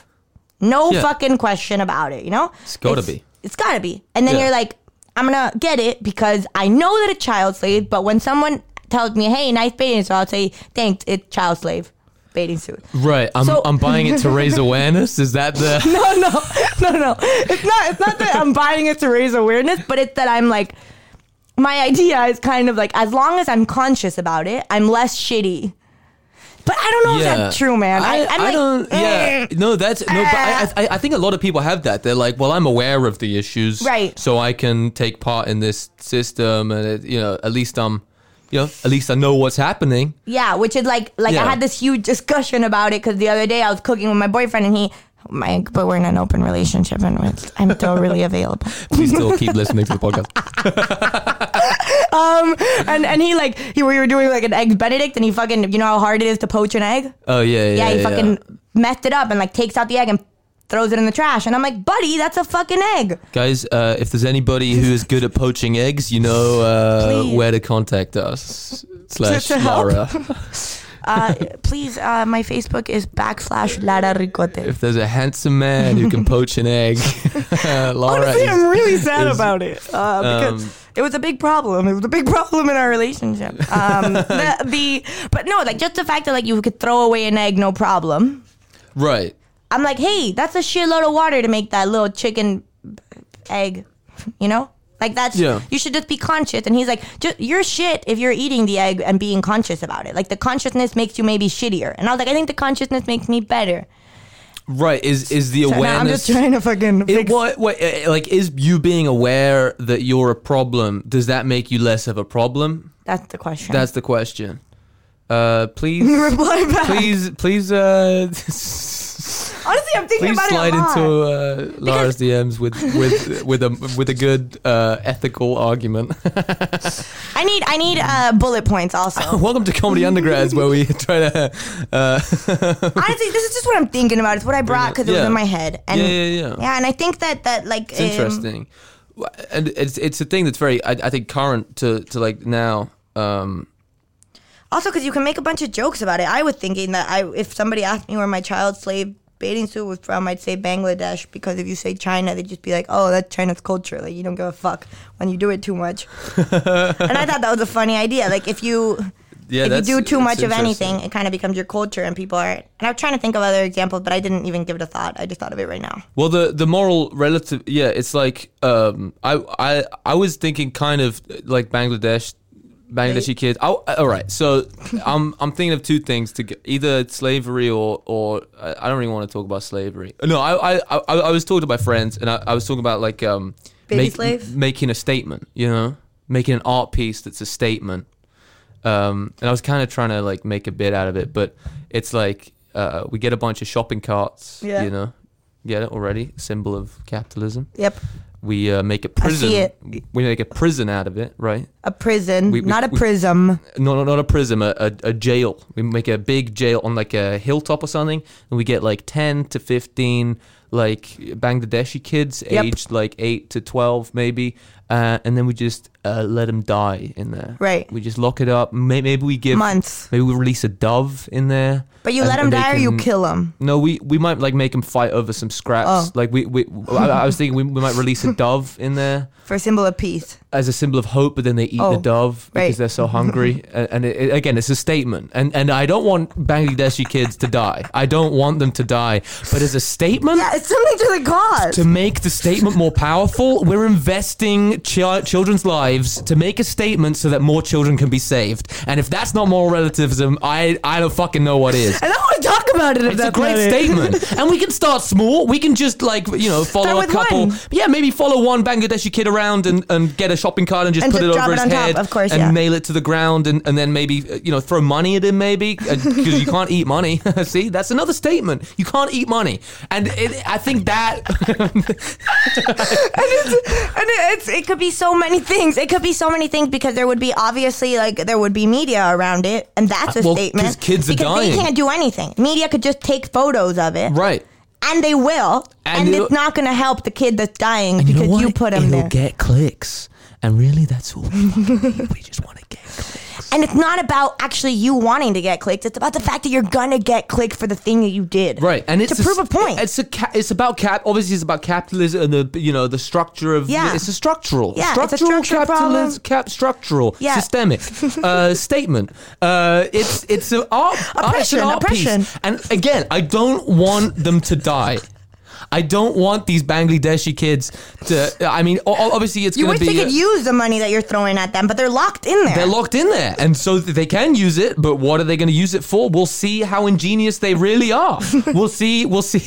S4: no
S1: Yeah.
S4: fucking question about it you know
S1: It's gotta be.
S4: it's gotta be and then
S1: Yeah.
S4: you're like i'm gonna get it because i know that it's child slave but when someone tells me hey nice bathing suit i'll say thanks it's child slave bathing suit
S1: Right. I'm
S4: So-
S1: I'm buying it to raise awareness. Is that the
S4: no, no, no, no. It's not. It's not that I'm buying it to raise awareness, but it's that I'm like, my idea is kind of like, as long as I'm conscious about it, I'm less shitty. But I don't know if that's true, man. I,
S1: I,
S4: I'm like,
S1: don't. Yeah.
S4: mm.
S1: No, that's no. But I, I I think a lot of people have that. They're like, well, I'm aware of the issues,
S4: Right.
S1: So I can take part in this system, and it, you know, at least I'm, you know, at least I know what's happening.
S4: Yeah, which is like like
S1: Yeah.
S4: I had this huge discussion about it because the other day I was cooking with my boyfriend and he. oh My, but we're in an open relationship and it's- I'm still really available.
S1: Please still keep listening to the podcast.
S4: Um, and and he like he we were doing like an egg Benedict and he fucking you know how hard it is to poach an egg.
S1: Oh yeah, yeah.
S4: yeah, he
S1: yeah.
S4: fucking messed it up and like takes out the egg and throws it in the trash. And I'm like, buddy, that's a fucking egg.
S1: guys. Uh, if there's anybody who is good at poaching eggs, you know uh,
S4: Please.
S1: where to contact us. Slash
S4: To- to help.
S1: Laura.
S4: Uh, please, uh, my Facebook is backslash Lara Ricote.
S1: If there's a handsome man who can poach an egg, Laura is
S4: Honestly, I'm really sad
S1: is-
S4: about it uh, because
S1: Um,
S4: it was a big problem. It was a big problem in our relationship. Um, the, the but no, like just the fact that like you could throw away an egg, no problem.
S1: right.
S4: I'm like, hey, that's a shitload of water to make that little chicken egg, you know? Like that's
S1: Yeah.
S4: you should just be conscious. And he's like, "Ju- you're shit if you're eating the egg and being conscious about it. Like the consciousness makes you maybe shittier. And I was like, I think the consciousness makes me better.
S1: right is is the
S4: So now
S1: awareness
S4: I'm just trying to fucking
S1: It,
S4: fix
S1: what, what, eh, like, is you being aware that you're a problem? Does that make you less of a problem?
S4: That's the question.
S1: That's the question. Uh, please,
S4: reply back.
S1: please, please, uh,
S4: Honestly, I'm thinking
S1: please
S4: about
S1: slide
S4: it a lot.
S1: into uh, Lara's DMs with with with a with a good uh, ethical argument.
S4: I need I need uh, bullet points also.
S1: Welcome to Comedy Undergrads, where we try to. Uh,
S4: Honestly, this is just what I'm thinking about. It's what I brought because it was
S1: Yeah.
S4: in my head. And
S1: Yeah, yeah, yeah.
S4: and I think that that like um,
S1: it's interesting, Wh- and it's it's a thing that's very I, I think current to to like now. Um,
S4: Also, because you can make a bunch of jokes about it. I was thinking that I, if somebody asked me where my child slave bathing suit was from, I'd say Bangladesh because if you say China, they'd just be like, "Oh, that's China's culture. Like you don't give a fuck when you do it too much." and I thought that was a funny idea. Like if you
S1: yeah,
S4: if
S1: that's,
S4: you do too
S1: that's
S4: much of
S1: interesting.
S4: anything, it kind of becomes your culture, and people are. And I'm trying to think of other examples, but I didn't even give it a thought. I just thought of it right now.
S1: Well, the the moral relative, yeah, it's like um, I I I was thinking kind of like Bangladesh, Bangladeshi kids. I, all right, so I'm I'm thinking of two things to get, either slavery or or I I don't even want to talk about slavery. No, I I I, I was talking to my friends and I, I was talking about like um
S4: Baby slave?
S1: making a statement, you know, making an art piece that's a statement. Um, and I was kind of trying to like make a bit out of it, but it's like uh, we get a bunch of shopping carts,
S4: Yeah.
S1: you know, get it already, symbol of capitalism.
S4: Yep,
S1: We uh, make a prison.
S4: see it.
S1: We make a prison out of it, right?
S4: a prison,
S1: We- we-
S4: not a
S1: we-
S4: prism.
S1: No, no, not a prison, a, a, a jail. We make a big jail on like a hilltop or something, and we get like ten to fifteen like Bangladeshi kids,
S4: Yep.
S1: aged like eight to twelve maybe, uh, and then we just uh, let them die in there.
S4: Right.
S1: We just lock it up. May- Maybe we give
S4: Months.
S1: Maybe we release a dove in there.
S4: But you
S1: and-
S4: let 'em
S1: and they
S4: let them die, or you
S1: can-
S4: kill them.
S1: no, we, we might like make them fight over some scraps.
S4: Oh.
S1: Like we, we I, I was thinking we, we might release a dove in there
S4: For a symbol of peace.
S1: as a symbol of hope, but then they eat
S4: Oh,
S1: the dove because
S4: right.
S1: they're so hungry. and and it, it- again, it's a statement. And and I don't want Bangladeshi kids to die. I don't want them to die. But as a statement.
S4: Yeah, it's something to the cause.
S1: To make the statement more powerful, we're investing chi- children's lives to make a statement so that more children can be saved. And if that's not moral relativism, I I don't fucking know what is.
S4: I don't want to talk about it. if
S1: It's a
S4: that's
S1: great
S4: not it.
S1: statement, and we can start small. We can just like you know follow a
S4: with
S1: couple.
S4: one.
S1: Yeah, maybe follow one Bangladeshi kid around and, and get a shopping cart and just
S4: And
S1: put
S4: just
S1: it
S4: drop
S1: over
S4: it
S1: his
S4: on top,
S1: head,
S4: of course,
S1: and
S4: yeah.
S1: nail it to the ground, and, and then maybe uh, you know throw money at him, maybe because you can't eat money. See, that's another statement. You can't eat money, and it, I think that
S4: And it, it's, it could be so many things. It could be so many things because there would be obviously like there would be media around it, and that's a
S1: Uh, Well,
S4: statement.
S1: 'cause kids are
S4: because They
S1: dying.
S4: can't do anything. Media could just take photos of it,
S1: right.
S4: And they will, and,
S1: And it'll-
S4: it's not going to help the kid that's dying because you, put them
S1: It'll
S4: there.
S1: get clicks, and really, that's all we want. we just want to get clicks.
S4: and it's not about actually you wanting to get clicked. It's about the fact that you're gonna get clicked for the thing that you did,
S1: right and it's
S4: to prove a point.
S1: it's a ca- it's about cap obviously it's about capitalism and the you know the structure of
S4: Yeah.
S1: it's a structural
S4: Yeah, it's a
S1: structural
S4: structural problem.
S1: capitalism cap structural
S4: Yeah.
S1: systemic uh statement uh it's it's an art it's an
S4: Oppression,
S1: art piece.
S4: oppression.
S1: and again i don't want them to die I don't want these Bangladeshi kids to. I mean, o- o- obviously, it's
S4: you
S1: going
S4: wish
S1: to be.
S4: they could
S1: a-
S4: use the money that you're throwing at them, but they're locked in there.
S1: they're locked in there, and so th- they can use it. But what are they going to use it for? We'll see how ingenious they really are. we'll see. We'll see.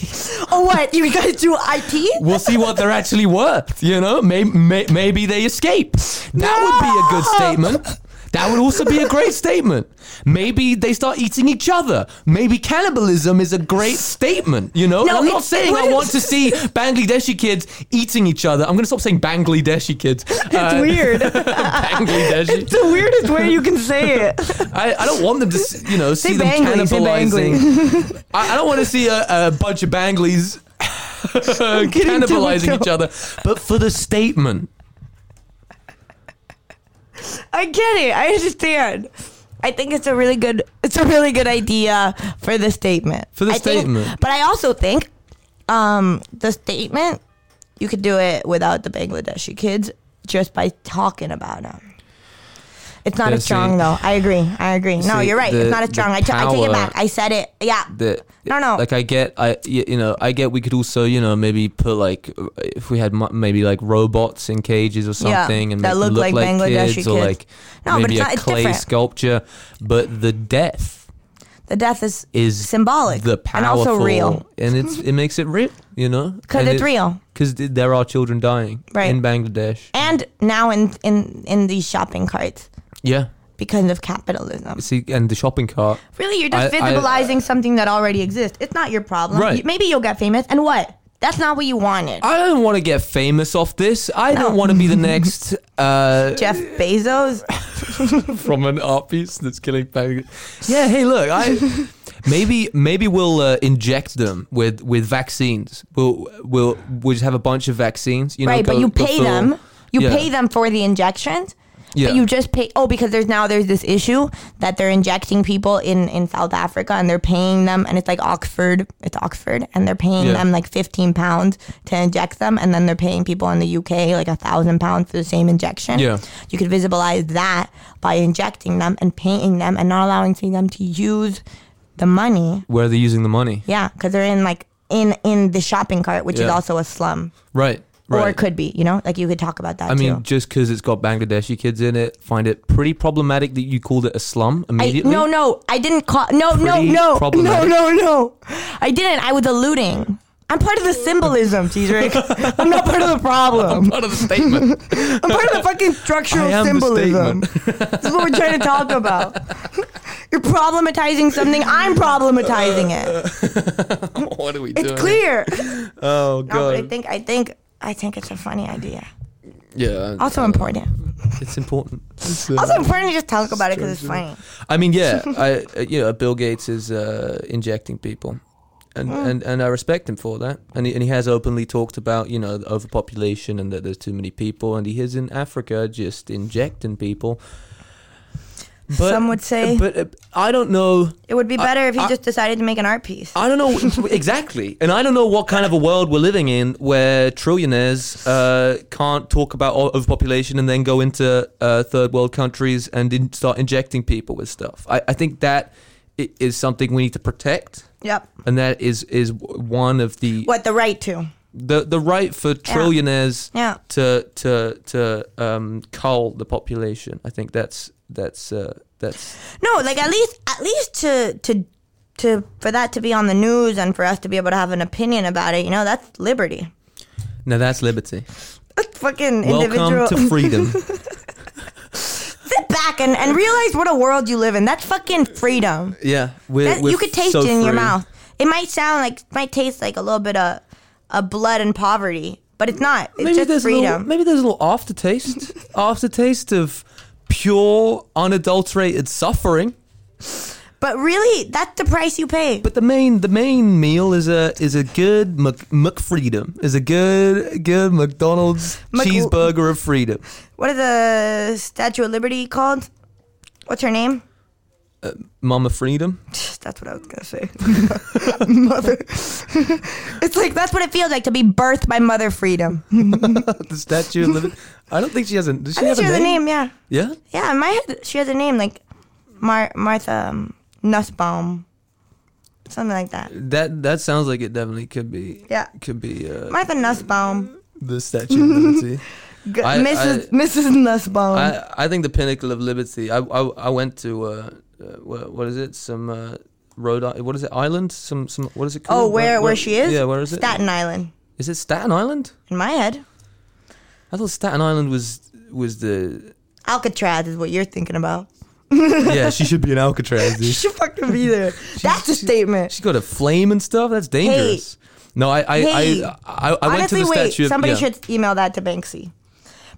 S4: oh, what you guys do IT?
S1: We'll see what they're actually worth. You know, maybe, maybe they escape. That would be a good statement. That would also be a great statement. Maybe they start eating each other. Maybe cannibalism is a great statement. You know, And
S4: No,
S1: I'm not
S4: it's-
S1: saying I
S4: what
S1: want
S4: is-
S1: to see Bangladeshi kids eating each other. I'm going to stop saying Bangladeshi kids. It's
S4: weird.
S1: Bangladeshi.
S4: the weirdest way you can say it.
S1: I, I don't want them to s- you know see them
S4: Bangli, say
S1: cannibalizing. I, I don't want to see a, a bunch of Banglies
S4: kidding, don't
S1: cannibalizing
S4: go.
S1: each other. But for the statement,
S4: I get it. I understand. I think it's a really good it's a really good idea for the statement.
S1: For the
S4: I think-
S1: statement.
S4: but I also think um the statement you could do it without the Bangladeshi kids just by talking about them. It's not
S1: Yeah,
S4: as strong
S1: see-
S4: though. I agree. I agree. no,
S1: see,
S4: you're right. it's
S1: the-
S4: not as
S1: the
S4: strong. I t- I take it
S1: power
S4: back. I said it. Yeah.
S1: that
S4: No, no.
S1: like I get, I y- you know, I get. We could also, you know, maybe put like uh, if we had mu- maybe like robots in cages or
S4: Yeah,
S1: something, and
S4: that
S1: make
S4: look
S1: them
S4: like Bangladeshi
S1: or
S4: kids.
S1: like
S4: No, but
S1: maybe
S4: it's
S1: a
S4: not- it's
S1: clay
S4: different.
S1: sculpture. But the death
S4: the death is
S1: is
S4: symbolic
S1: the powerful,
S4: and also real.
S1: and it's it makes it real, you know,
S4: 'Cause
S1: And
S4: it's real.
S1: Because there are children dying
S4: Right.
S1: in Bangladesh.
S4: And now in in in these shopping carts
S1: Yeah,
S4: because of capitalism.
S1: see, and the shopping cart.
S4: Really, you're just
S1: I- I-
S4: visibilizing something that already exists. It's not your problem.
S1: Right.
S4: You- Maybe you'll get famous, and what? That's not what you wanted.
S1: I don't want to get famous off this. I don't
S4: No.
S1: want to be the next uh,
S4: Jeff Bezos.
S1: from an art piece that's killing Bangladesh. Yeah, hey, look, I maybe maybe we'll uh, inject them with with vaccines. We'll we'll we'll just have a bunch of vaccines. You know,
S4: right, but
S1: go-
S4: you
S1: go
S4: pay
S1: for-
S4: them. You
S1: Yeah.
S4: pay them for the injections.
S1: Yeah.
S4: But you just pay. Oh, because there's now there's this issue that they're injecting people in in South Africa and they're paying them, and it's like Oxford, it's Oxford, and they're paying
S1: Yeah.
S4: them like 15 pounds to inject them, and then they're paying people in the UK like a thousand pounds for the same injection.
S1: Yeah.
S4: You could visibilize that by injecting them and paying them and not allowing them to use the money.
S1: Where are they using the money?
S4: Yeah, because they're in like in in the shopping cart, which is
S1: Yeah.
S4: also a slum.
S1: Right.
S4: Or
S1: Right.
S4: it could be, you know, like you could talk about that
S1: I
S4: too.
S1: mean, just because it's got Bangladeshi kids in it, find it pretty problematic that you called it a slum
S4: I,
S1: immediately.
S4: no, no, I didn't call. No, no,
S1: Pretty
S4: no, no,
S1: problematic.
S4: no, no. I didn't. I was alluding. I'm part of the symbolism, T-Rick. I'm not part of the problem.
S1: Part of the statement.
S4: I'm part of the fucking
S1: I
S4: structural
S1: am the
S4: symbolism. this is what we're trying to talk about. You're problematizing something. I'm problematizing
S1: Uh,
S4: it.
S1: what are we
S4: It's
S1: doing?
S4: clear.
S1: Oh
S4: No, but
S1: god.
S4: I think, I think, I think it's a funny idea.
S1: yeah.
S4: Also important.
S1: it's important. It's, uh,
S4: Also important to just talk about it because it's funny.
S1: I mean, yeah, I uh, you know Bill Gates is uh, injecting people, and,
S4: Oh.
S1: and and I respect him for that. And he, and he has openly talked about you know the overpopulation and that there's too many people, and he is in Africa just injecting people. But,
S4: Some would say-
S1: but uh, I don't know.
S4: It would be better if he
S1: I-
S4: just decided to make an art piece.
S1: I don't know exactly, and I don't know what kind of a world we're living in where trillionaires uh, can't talk about o- overpopulation and then go into uh, third world countries and in- start injecting people with stuff. I, I think that i- is something we need to protect,
S4: yep.
S1: and that is is w- one of the
S4: What the right to?
S1: the, the right for trillionaires
S4: Yeah.
S1: to to to um, cull the population. I think that's that's uh, that's
S4: No, like at least at least to to to for that to be on the news and for us to be able to have an opinion about it, you know, that's liberty.
S1: now that's liberty.
S4: That's fucking individual.
S1: Welcome to freedom.
S4: Sit back and, and realize what a world you live in. That's fucking freedom.
S1: yeah, we're,
S4: That-
S1: we're
S4: you could taste
S1: so
S4: it in your
S1: free.
S4: mouth. It might sound like might taste like a little bit of, of blood and poverty, but it's not. It's just
S1: a little-
S4: freedom.
S1: maybe there's a little aftertaste, aftertaste of pure, unadulterated suffering.
S4: but really, that's the price you pay.
S1: But the main, the main meal is a is a good Mc, McFreedom, is a good good McDonald's
S4: Mc-
S1: cheeseburger of freedom.
S4: what is the Statue of Liberty called? What's her name?
S1: Mama freedom.
S4: That's what I was gonna say. mother. it's like that's what it feels like to be birthed by mother freedom.
S1: The statue of liberty. I don't think she has a. Does she
S4: I think
S1: have
S4: she
S1: a
S4: has
S1: name?
S4: a name, yeah.
S1: Yeah.
S4: Yeah, in my head she has a name like Mar- Martha um, Nussbaum. Something like that.
S1: That that sounds like it definitely could be.
S4: Yeah.
S1: Could be uh,
S4: Martha Nussbaum.
S1: the statue of liberty.
S4: G-
S1: I-
S4: Mrs.
S1: I-
S4: Mrs. Nussbaum.
S1: I, I think the pinnacle of liberty. I I, I went to uh, uh, wha- what is it? Some uh, Rhode I- what is it? Island? Some some what is it called?
S4: oh, where, where she is?
S1: Yeah, where is it?
S4: Staten Island.
S1: Is it Staten Island?
S4: In my head.
S1: I thought Staten Island was was the
S4: Alcatraz is what you're thinking about.
S1: yeah. She should be in Alcatraz.
S4: She
S1: dude.
S4: should fucking be there. That's a
S1: she-
S4: statement.
S1: She's got a flame and stuff. That's dangerous. No, I I
S4: Hey.
S1: I, I, I went to
S4: Honestly,
S1: the
S4: wait.
S1: statue. of-
S4: somebody
S1: yeah.
S4: should email that to Banksy.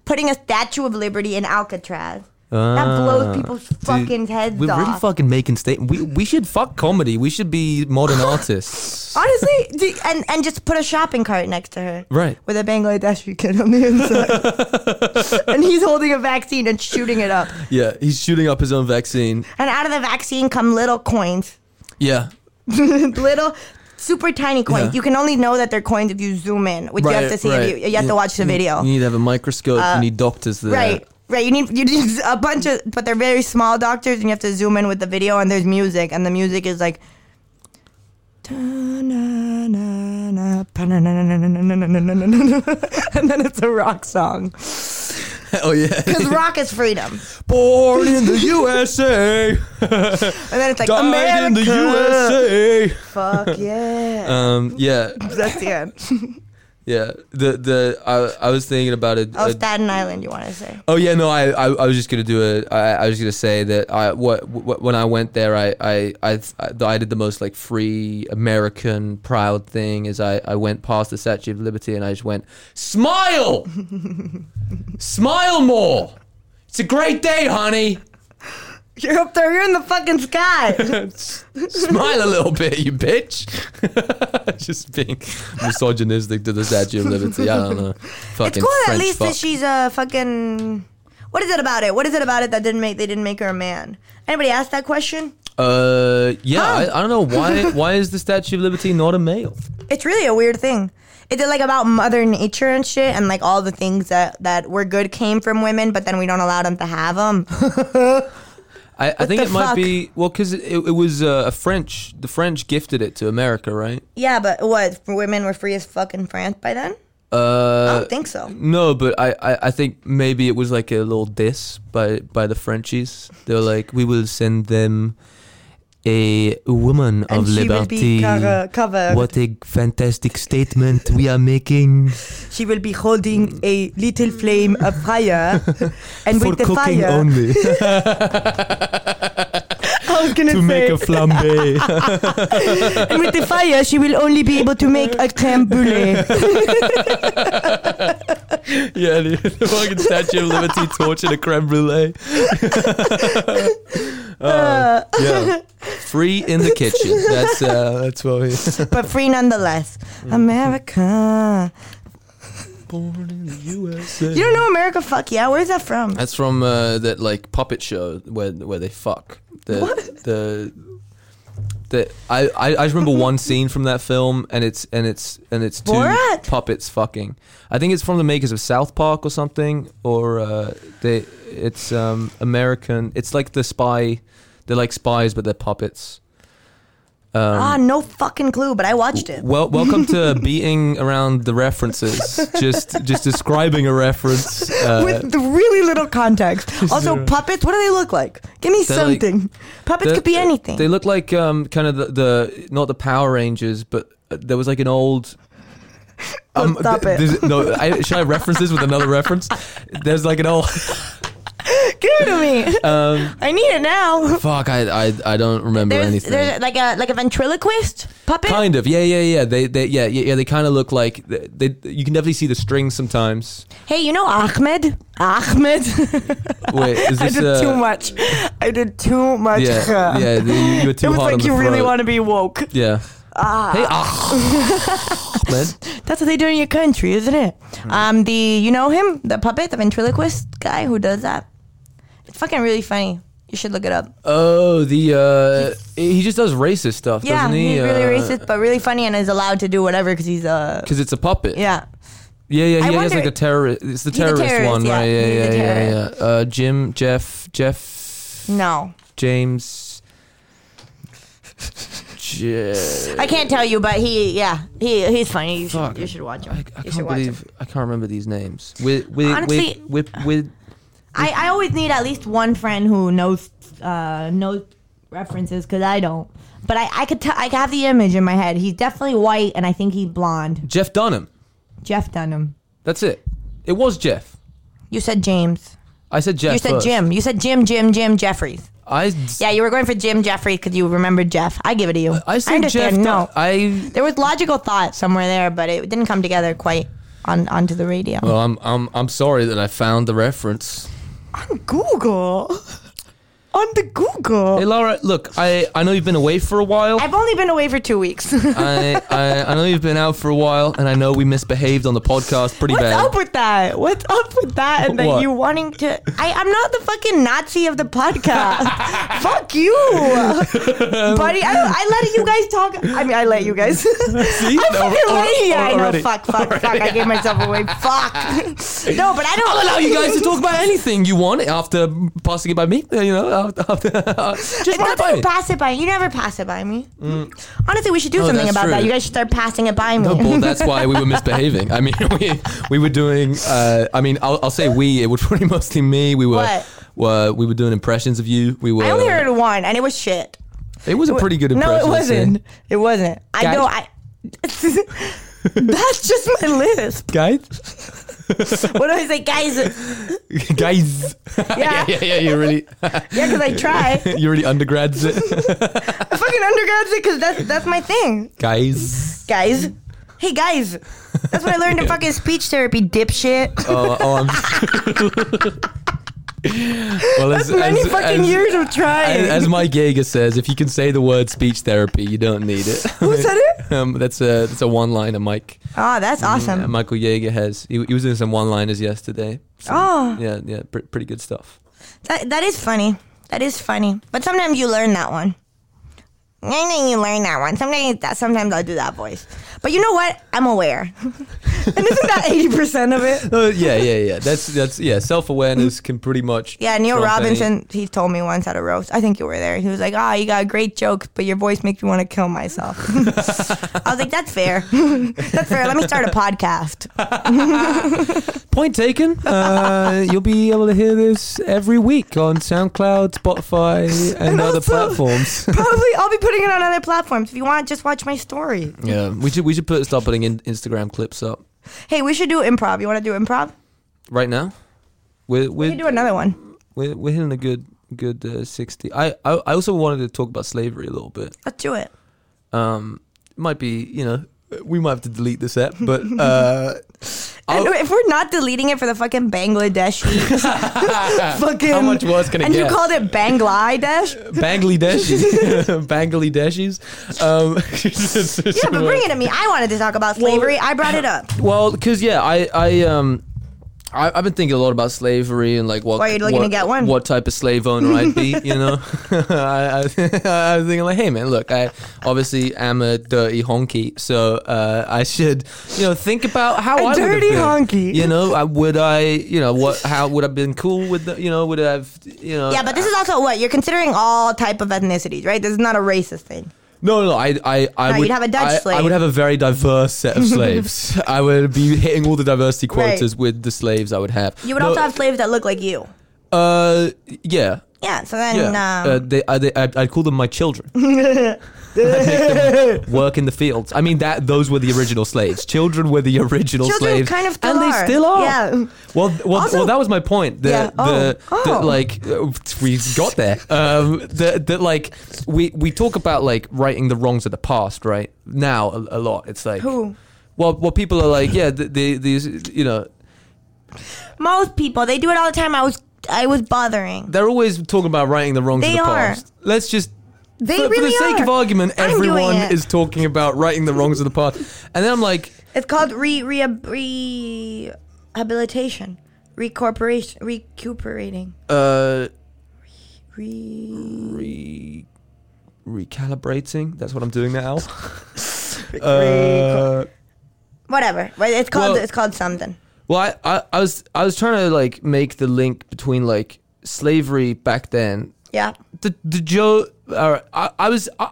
S4: Putting a Statue of Liberty in Alcatraz.
S1: Ah,
S4: that blows people's
S1: dude,
S4: fucking heads
S1: We're really
S4: off.
S1: fucking making statements. We we should fuck comedy. We should be modern artists.
S4: Honestly, d- and and just put a shopping cart next to her.
S1: Right.
S4: With a Bangladeshi kid on the inside, and he's holding a vaccine and shooting it up.
S1: Yeah, he's shooting up his own vaccine.
S4: And out of the vaccine come little coins,
S1: Yeah,
S4: little. Super tiny coins.
S1: Yeah.
S4: You can only know that they're coins if you zoom in, which you have to see. If you, you have to watch the video. Uh,
S1: You need to have a microscope. you need doctors there.
S4: Right. Right, you need you need a bunch of, but they're very small doctors, and you have to zoom in with the video, and there's music, and the music is like, and then it's a rock song.
S5: oh yeah.
S4: Because rock is freedom.
S5: Born in the USA,
S4: And then it's like,
S5: died
S4: America.
S5: in the USA.
S4: Fuck yeah.
S1: Um, yeah,
S4: That's the end.
S1: yeah. The the I, I was thinking about it.
S4: Oh,
S1: uh,
S4: Staten Island, you want to say.
S1: Oh yeah, no, I, I, I was just gonna do a I, I was just gonna say that I what, what when I went there, I I, I th- I did the most like free American proud thing is I I went past the Statue of Liberty and I just went smile, smile more. It's a great day, honey.
S4: You're up there, you're in the fucking sky.
S1: Smile a little bit, you bitch. just being misogynistic to the Statue of Liberty. I don't know.
S4: it's
S1: Fucking
S4: cool at
S1: French
S4: least
S1: fuck.
S4: that she's a fucking. What is it about it? What is it about it that didn't make they didn't make her a man? Anybody ask that question?
S1: Uh, yeah, I, I don't know why. Why is the Statue of Liberty not a male?
S4: It's really a weird thing. Is it like about mother nature and shit, and like all the things that that were good came from women, but then we don't allow them to have them?
S1: I, I think
S4: the
S1: it might
S4: fuck?
S1: be well because it, it, it was uh, a French. The French gifted it to America, right?
S4: yeah, but what? Women were free as fuck in France by then. I
S1: Uh,
S4: don't think so.
S1: no, but I, I, I think maybe it was like a little diss by by the Frenchies. They were like, we will send them a woman
S4: And
S1: of
S4: she will be
S1: liberty.
S4: cover- covered.
S1: What a fantastic statement we are making
S4: She will be holding a little flame of fire, and
S1: for cooking only
S4: I was gonna
S1: to make a flambe.
S4: and with the fire, she will only be able to make a creme brulee.
S1: yeah, the, the fucking Statue of Liberty torching a creme brulee. Uh, yeah, free in the kitchen. That's uh, that's what we.
S4: but free nonetheless. America.
S1: Born in the USA.
S4: You don't know America? Fuck yeah. Where's that from?
S1: That's from uh, that like puppet show where where they fuck. The the the I, I I just remember one scene from that film and it's and it's and it's two
S4: Borat?
S1: puppets fucking. I think it's from the makers of South Park or something or uh, they it's um American. It's like the spy. They're like spies but they're puppets.
S4: ah, no fucking clue, but I watched it.
S1: Well, welcome to beating around the references. Just just describing a reference. Uh,
S4: with the really little context. Also, puppets, what do they look like? Give me
S1: They're like-
S4: something. puppets
S1: They-
S4: could be anything.
S1: They look like um, kind of the, the not the Power Rangers, but uh, there was like an old. Um,
S4: stop it.
S1: there's- No, I, should I reference this with another reference? There's like an old.
S4: Give it to me.
S1: Um,
S4: I need it now.
S1: Fuck, I I, I don't remember
S4: There's,
S1: anything.
S4: there's like a like a ventriloquist puppet.
S1: kind of, yeah, yeah, yeah. They, they, yeah, yeah, yeah. They kind of look like they, they. You can definitely see the strings sometimes.
S4: Hey, you know Ahmed? Ahmed.
S1: Wait, is this
S4: I did
S1: uh,
S4: too much. I did too much.
S1: Yeah, yeah. You, you were too
S4: It was
S1: hard on
S4: like
S1: the
S4: you really
S1: throat.
S4: want to be woke.
S1: Yeah. Hey, ah, man.
S4: That's what they do in your country, isn't it?
S1: Mm.
S4: Um, the you know him, the puppet, the ventriloquist guy who does that. It's fucking really funny. You should look it up.
S1: Oh, the uh, he just does racist stuff,
S4: yeah,
S1: doesn't he? Uh,
S4: he's really racist, but really funny, and is allowed to do whatever because he's a
S1: Because it's a puppet.
S4: yeah.
S1: Yeah, yeah,
S4: I
S1: he has
S4: wonder-
S1: like a terrorist. It's the
S4: He's a
S1: terrorist,
S4: terrorist,
S1: one,
S4: yeah.
S1: right? Yeah,
S4: He's
S1: yeah,
S4: a
S1: yeah, yeah. Uh, Jim, Jeff, Jeff,
S4: No,
S1: James, Je-
S4: I can't tell you, but he yeah he he's funny. You should,
S1: Fuck.
S4: you should watch him.
S1: I, I
S4: you should
S1: can't
S4: watch
S1: believe
S4: him.
S1: I can't remember these names. With with
S4: Honestly-
S1: with with, with
S4: I I always need at least one friend who knows uh knows references because I don't. But I I could tell I have the image in my head. He's definitely white, and I think he's blonde.
S1: Jeff Dunham.
S4: Jeff Dunham.
S1: That's it. It was Jeff.
S4: You said James.
S1: I said Jeff.
S4: You said
S1: first.
S4: Jim. You said Jim, Jim, Jim Jeffries.
S1: I
S4: Yeah, you were going for Jim Jeffries because you remembered Jeff. I give it to you.
S1: I said
S4: understand.
S1: Jeff. Dun-
S4: No,
S1: I.
S4: there was logical thought somewhere there, but it didn't come together quite on onto the radio.
S1: Well, I'm I'm I'm sorry that I found the reference.
S4: Google, on the Google.
S1: Hey Laura, look, I, I know you've been away for a while.
S4: I've only been away for two weeks. What's
S1: I, I I know you've been out for a while, and I know we misbehaved on the podcast pretty bad.
S4: up with that? What's up with that? And
S1: What?
S4: that you wanting to? I, I'm not the fucking Nazi of the podcast. Fuck you, buddy. I, I let you guys talk. I mean, I let you guys.
S1: See?
S4: I fucking let you. I know.
S1: already.
S4: Fuck. Fuck. Fuck. I gave myself away. Fuck. no, but I don't
S1: I'll allow you guys to talk about anything you want after passing it by me. You know, up, up, up. Just
S4: It's
S1: run
S4: not
S1: it
S4: that
S1: by.
S4: you
S1: Mm.
S4: pass it by me. You never pass it by me. Honestly, we should do something
S1: that's
S4: about that.
S1: true.
S4: You guys should start passing it by me.
S1: No, Oh, well, that's why we were misbehaving. I mean, we we were doing. Uh, I mean, I'll, I'll say we. It was pretty mostly me. We were.
S4: What?
S1: were- we were doing impressions of you. We were.
S4: I only heard one, and it was shit.
S1: it was a pretty good eh? impression.
S4: No, it
S1: I'd say.
S4: wasn't. It wasn't. I
S1: Guys-
S4: know. I. that's just my lisp.
S1: Guys,
S4: What do I say, guys?
S1: guys.
S4: Yeah, yeah,
S1: yeah, yeah. You really,
S4: because I try.
S1: you really undergrads it,
S4: I fucking undergrads it because that's that's my thing,
S1: guys.
S4: guys. Hey, guys. That's what I learned in fucking speech therapy, dipshit.
S1: Oh, oh I'm. well, as,
S4: Many
S1: as-
S4: fucking
S1: as-
S4: years of trying.
S1: As, as my Giga says, if you can say the word speech therapy, you don't need it.
S4: Who said it?
S1: um, that's a that's a one liner Mike
S4: Oh, that's
S1: uh,
S4: awesome.
S1: Michael Yeager has. He, he was doing some one liners yesterday. So,
S4: Oh.
S1: yeah, yeah, pr- pretty good stuff.
S4: That, that is funny. That is funny. But sometimes you learn that one. Sometimes you learn that one. Sometimes that. Sometimes I'll do that voice. But you know what? I'm aware. and isn't that eighty percent of it?
S1: Uh, yeah, yeah, yeah. That's that's yeah. Self awareness can pretty much.
S4: Yeah, Neil
S1: trump any-
S4: Robinson. He told me once at a roast. I think you were there. He was like, "Ah, you got great jokes, but your voice makes me want to kill myself." I was like, "That's fair. That's fair. Let me start a podcast."
S1: Point taken. Uh, you'll be able to hear this every week on SoundCloud, Spotify, and,
S4: And
S1: other
S4: also-
S1: platforms.
S4: Probably, I'll be putting it on other platforms. If you want, just watch my story.
S1: yeah, we should we should put start putting in Instagram clips up
S4: Hey, we should do improv. You want to do improv?
S1: right now. We're
S4: We
S1: we're
S4: can do another one.
S1: we're, we're hitting a good good uh, sixty. I, I I also wanted to talk about slavery a little bit.
S4: Let's do it.
S1: um might be you know we might have to delete this app but uh
S4: And
S1: I'll-
S4: if we're not deleting it for the fucking Bangladeshi, fucking.
S1: how much worse can it
S4: And
S1: get
S4: you called it Bangladesh?
S1: Bangladeshis Bangladeshis um
S4: Yeah, but bring it to me. I wanted to talk about slavery. I brought it up.
S1: well because yeah I I um I, I've been thinking a lot about slavery and like what
S4: Why are you looking
S1: what,
S4: to get one?
S1: what type of slave owner I'd be you know I, I, I was thinking like hey man look I obviously am a dirty honky so uh, I should you know think about how I
S4: A
S1: would have
S4: dirty
S1: been.
S4: honky.
S1: you know I, would I you know what how would I have been cool with the, you know would I have you know
S4: Yeah, but this is also what you're considering all type of ethnicities, right? This is not a racist thing.
S1: No, no, I, I, I
S4: No,
S1: would
S4: you'd have a Dutch
S1: I, I
S4: slave.
S1: would have a very diverse set of slaves. I would be hitting all the diversity
S4: Right.
S1: quotas with the slaves I would have.
S4: You would
S1: No,
S4: also have slaves that look like you.
S1: uh, yeah,
S4: Yeah. So then,
S1: yeah.
S4: um,
S1: uh, they, I, they, I, I'd call them my children. I'd make them work in the fields. I mean, that those were the original slaves. Children were the original
S4: Children
S1: slaves,
S4: kind of still
S1: and
S4: are.
S1: they still are.
S4: Yeah.
S1: Well, th- well,
S4: Also-
S1: well, that was my point. The,
S4: Yeah.
S1: the,
S4: Oh.
S1: the-
S4: Oh.
S1: like uh, we got there. Um, the, the like we we talk about like righting the wrongs of the past, right? Now a, a lot. It's like
S4: Who?
S1: Well, well, people are like, yeah, the, the, these, you know,
S4: most people they do it all the time. I was I was bothering.
S1: they're always talking about righting the wrongs
S4: They
S1: of the
S4: are.
S1: past. Let's just
S4: They
S1: for, for
S4: really
S1: the sake of
S4: are.
S1: argument,
S4: I'm doing
S1: everyone
S4: it.
S1: is talking about righting the wrongs of the past, and then I'm like,
S4: It's called re re rehabilitation, recorporation, recuperating,
S1: uh,
S4: re.
S1: re- recalibrating. That's what I'm doing now.
S4: Reco-
S1: Uh,
S4: whatever. But It's called
S1: Well-
S4: it's called something.
S1: well, I, I, I was I was trying to like make the link between like slavery back then
S4: Yeah.
S1: the the Joe. All right, I, I was. I,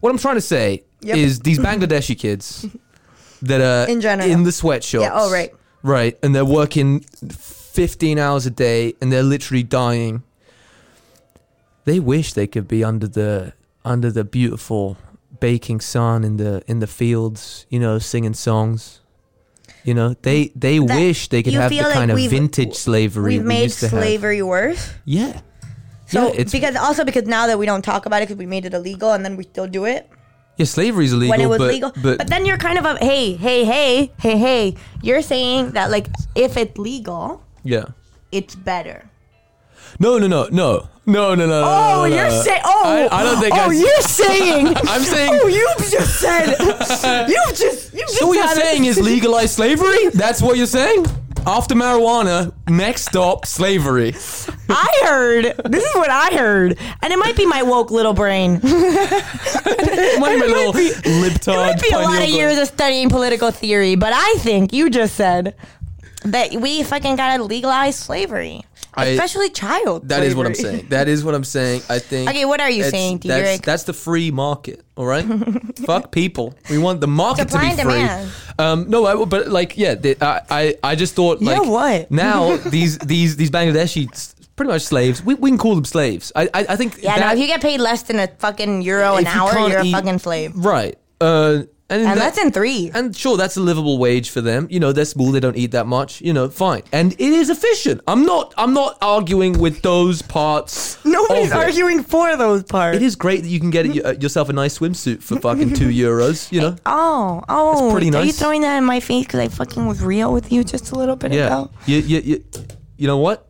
S1: what I'm trying to say
S4: Yep.
S1: is these Bangladeshi kids that are
S4: In general.
S1: in the sweatshops.
S4: Yeah, oh, right.
S1: Right, and they're working 15 hours a day, and they're literally dying. They wish they could be under the under the beautiful baking sun in the in the fields, you know, singing songs. You know, they they
S4: That-
S1: wish they could
S4: you
S1: have the
S4: feel like
S1: kind of
S4: we've-
S1: vintage slavery
S4: We've
S1: we
S4: made
S1: used to have.
S4: slavery worse.
S1: Yeah.
S4: So
S1: yeah, it's
S4: because also because now that we don't talk about it because we made it illegal and then we still do it.
S1: yeah, slavery's illegal.
S4: when it was
S1: but,
S4: legal. But, then you're kind of a hey, hey, hey, hey, hey. You're saying that like if it's legal,
S1: Yeah.
S4: it's better.
S1: No, no, no, no, no, no, no. no,
S4: Oh,
S1: no, no,
S4: you're
S1: no.
S4: saying oh,
S1: Uh, I, I don't think.
S4: oh,
S1: I,
S4: you're saying.
S1: I'm saying.
S4: oh, you've just said. you've just. You've just
S1: so what you're
S4: had a-
S1: saying is legalize slavery? That's what you're saying? After marijuana, next stop slavery.
S4: I heard. This is what I heard, and it might be my woke little brain. it
S1: Might be a little libtard.
S4: might be a lot of years of studying political theory, but I think you just said that we fucking gotta legalize slavery,
S1: I-
S4: especially child.
S1: That is what I'm
S4: slavery.
S1: saying. That is what I'm saying. I think.
S4: Okay, what are you
S1: it's-
S4: saying,
S1: That's,
S4: Diederik?
S1: that's the free market. All right. Fuck people. We want the market to
S4: Supply
S1: be
S4: and
S1: free.
S4: demand.
S1: Um, no, I, but like, yeah, the, I, I, I just thought.
S4: You
S1: like,
S4: know what?
S1: Now these these these Bangladeshi, s- pretty much slaves. We, we can call them slaves. I I, I think.
S4: Yeah, no.
S1: that-
S4: If you get paid less than a fucking euro an
S1: if you
S4: hour,
S1: can't
S4: you're a
S1: eat-
S4: fucking slave,
S1: Right. Uh, and
S4: and
S1: that-
S4: that's in three.
S1: and sure, that's a livable wage for them. You know, they're small; they don't eat that much. You know, fine. And it is efficient. I'm not. I'm not arguing with those parts.
S4: Nobody's
S1: of it.
S4: arguing for those parts.
S1: It is great that you can get y- uh, yourself a nice swimsuit for fucking two euros. You know,
S4: Oh, oh,
S1: That's pretty
S4: Are you
S1: nice.
S4: throwing that in my face because I fucking was real with you just a little bit
S1: yeah.
S4: ago?
S1: You, you, you, you know what?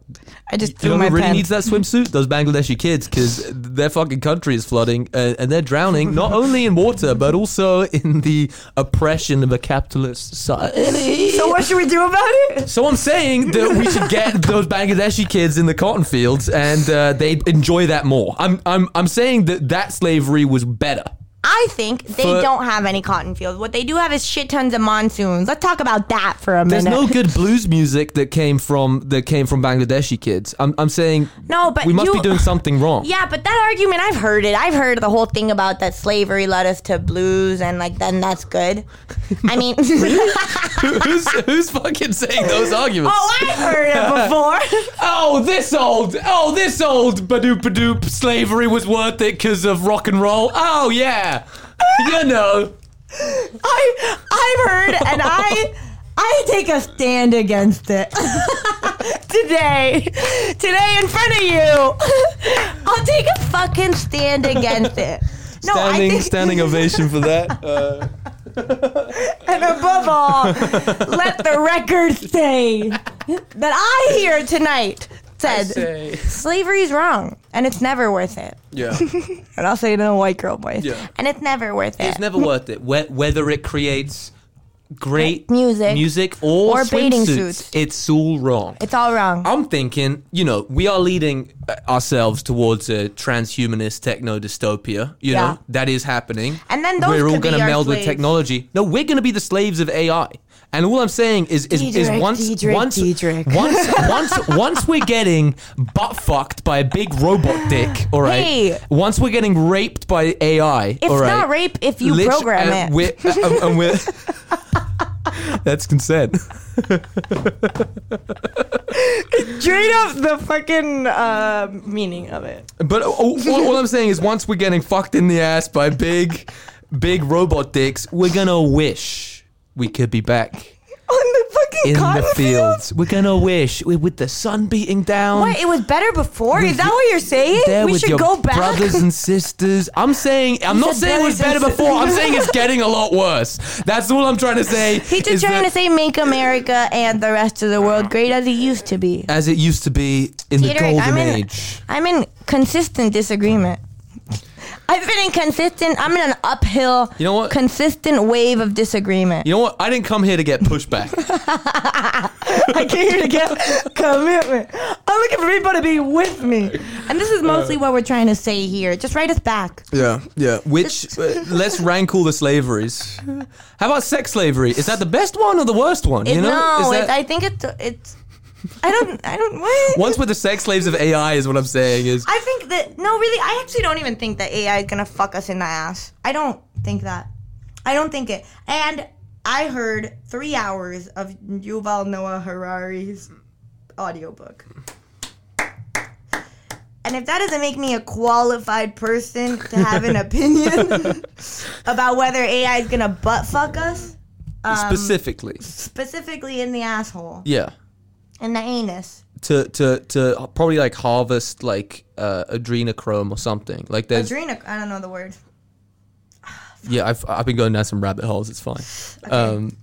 S4: I just
S1: You
S4: threw
S1: know
S4: my
S1: who really
S4: pen.
S1: needs that swimsuit? Those Bangladeshi kids, because their fucking country is flooding uh, and they're drowning not only in water but also in the oppression of a capitalist society.
S4: So what should we do about it?
S1: So I'm saying that we should get those Bangladeshi kids in the cotton fields, and uh, they enjoy that more. I'm I'm I'm saying that that slavery was better.
S4: I think they
S1: For-
S4: don't have any cotton fields. What they do have is shit tons of monsoons. Let's talk about that for a
S1: There's
S4: minute.
S1: no good blues music that came from that came from Bangladeshi kids. I'm I'm saying
S4: No, but
S1: we must
S4: you-
S1: be doing something wrong.
S4: Yeah, but that argument I've heard it. I've heard the whole thing about that slavery led us to blues and like then that's good. I mean,
S1: who's who's fucking saying those arguments?
S4: oh, I've heard it before.
S1: Oh, this old, oh, this old badoop badoop slavery was worth it because of rock and roll. Oh, yeah. you know.
S4: I I've heard and I I take a stand against it today. Today in front of you. I'll take a fucking stand against it. No, Oh, I think
S1: ovation for that. Uh,
S4: and above all, let the record say that I here tonight said slavery is wrong and it's never worth it.
S1: yeah.
S4: And I'll say it in a white girl voice.
S1: Yeah.
S4: And it's never worth it.
S1: It's never worth it. Whe- Whether it creates great
S4: Music.
S1: music or,
S4: Or bathing
S1: swimsuits,
S4: suits.
S1: it's all wrong.
S4: It's all wrong.
S1: I'm thinking, you know, we are leading uh, ourselves towards a transhumanist techno dystopia. You
S4: Yeah.
S1: know, that is happening.
S4: And then those
S1: we're all
S4: could be
S1: gonna
S4: our
S1: meld with
S4: slaves.
S1: technology. No, we're going to be the slaves of AI. And all I'm saying is, is, is
S4: Diedrich,
S1: once,
S4: Diedrich,
S1: once,
S4: Diedrich.
S1: once, once, once we're getting butt fucked by a big robot dick, all right.
S4: Hey.
S1: Once we're getting raped by AI,
S4: it's
S1: all right.
S4: not rape if you
S1: Lit-
S4: program
S1: and
S4: it.
S1: We're, uh, and we're- that's consent.
S4: straight up the fucking uh, meaning of it.
S1: But uh, all, all- all I'm saying is, once we're getting fucked in the ass by big, big robot dicks, we're gonna wish we could be back
S4: On the fucking
S1: in
S4: cotton
S1: the fields. We're gonna wish we with the sun beating down.
S4: What? It was better before? Is
S1: With
S4: that
S1: your-
S4: what you're saying?
S1: There
S4: We
S1: with
S4: should
S1: your
S4: go back.
S1: brothers and sisters. I'm saying I'm not
S4: said
S1: saying it was
S4: brothers
S1: better
S4: and sis-
S1: before. I'm saying it's getting a lot worse. That's all I'm trying to say.
S4: He's just
S1: is
S4: trying
S1: that-
S4: to say make America and the rest of the world great as it used to be.
S1: as it used to be in the
S4: Peter,
S1: golden
S4: I'm in-
S1: age.
S4: I'm in consistent disagreement. I've been inconsistent. I'm in an uphill,
S1: You know what?
S4: consistent wave of disagreement.
S1: You know what? I didn't come here to get pushback.
S4: I came here to get commitment. I'm looking for people to be with me. And
S1: Uh,
S4: this is mostly what we're trying to say here. Just write us back.
S1: Yeah, yeah. Which uh, let's rank all the slaveries. How about sex slavery? Is that the best one or the worst one?
S4: It-
S1: you know,
S4: no,
S1: is
S4: it,
S1: that,
S4: I think it's it's. I don't. I don't. What?
S1: once we're the sex slaves of AI, is what I'm saying. Is
S4: I think that no, really, I actually don't even think that AI is gonna fuck us in the ass. I don't think that. I don't think it. And I heard three hours of Yuval Noah Harari's audiobook. And if that doesn't make me a qualified person to have an opinion about whether AI is gonna butt fuck us, Um,
S1: specifically,
S4: specifically in the asshole,
S1: yeah,
S4: in the anus.
S1: to to to probably like harvest like uh, adrenochrome or something. Like there's
S4: Adrenal, I don't know the word.
S1: yeah, I've I've been going down some rabbit holes. It's fine. Um,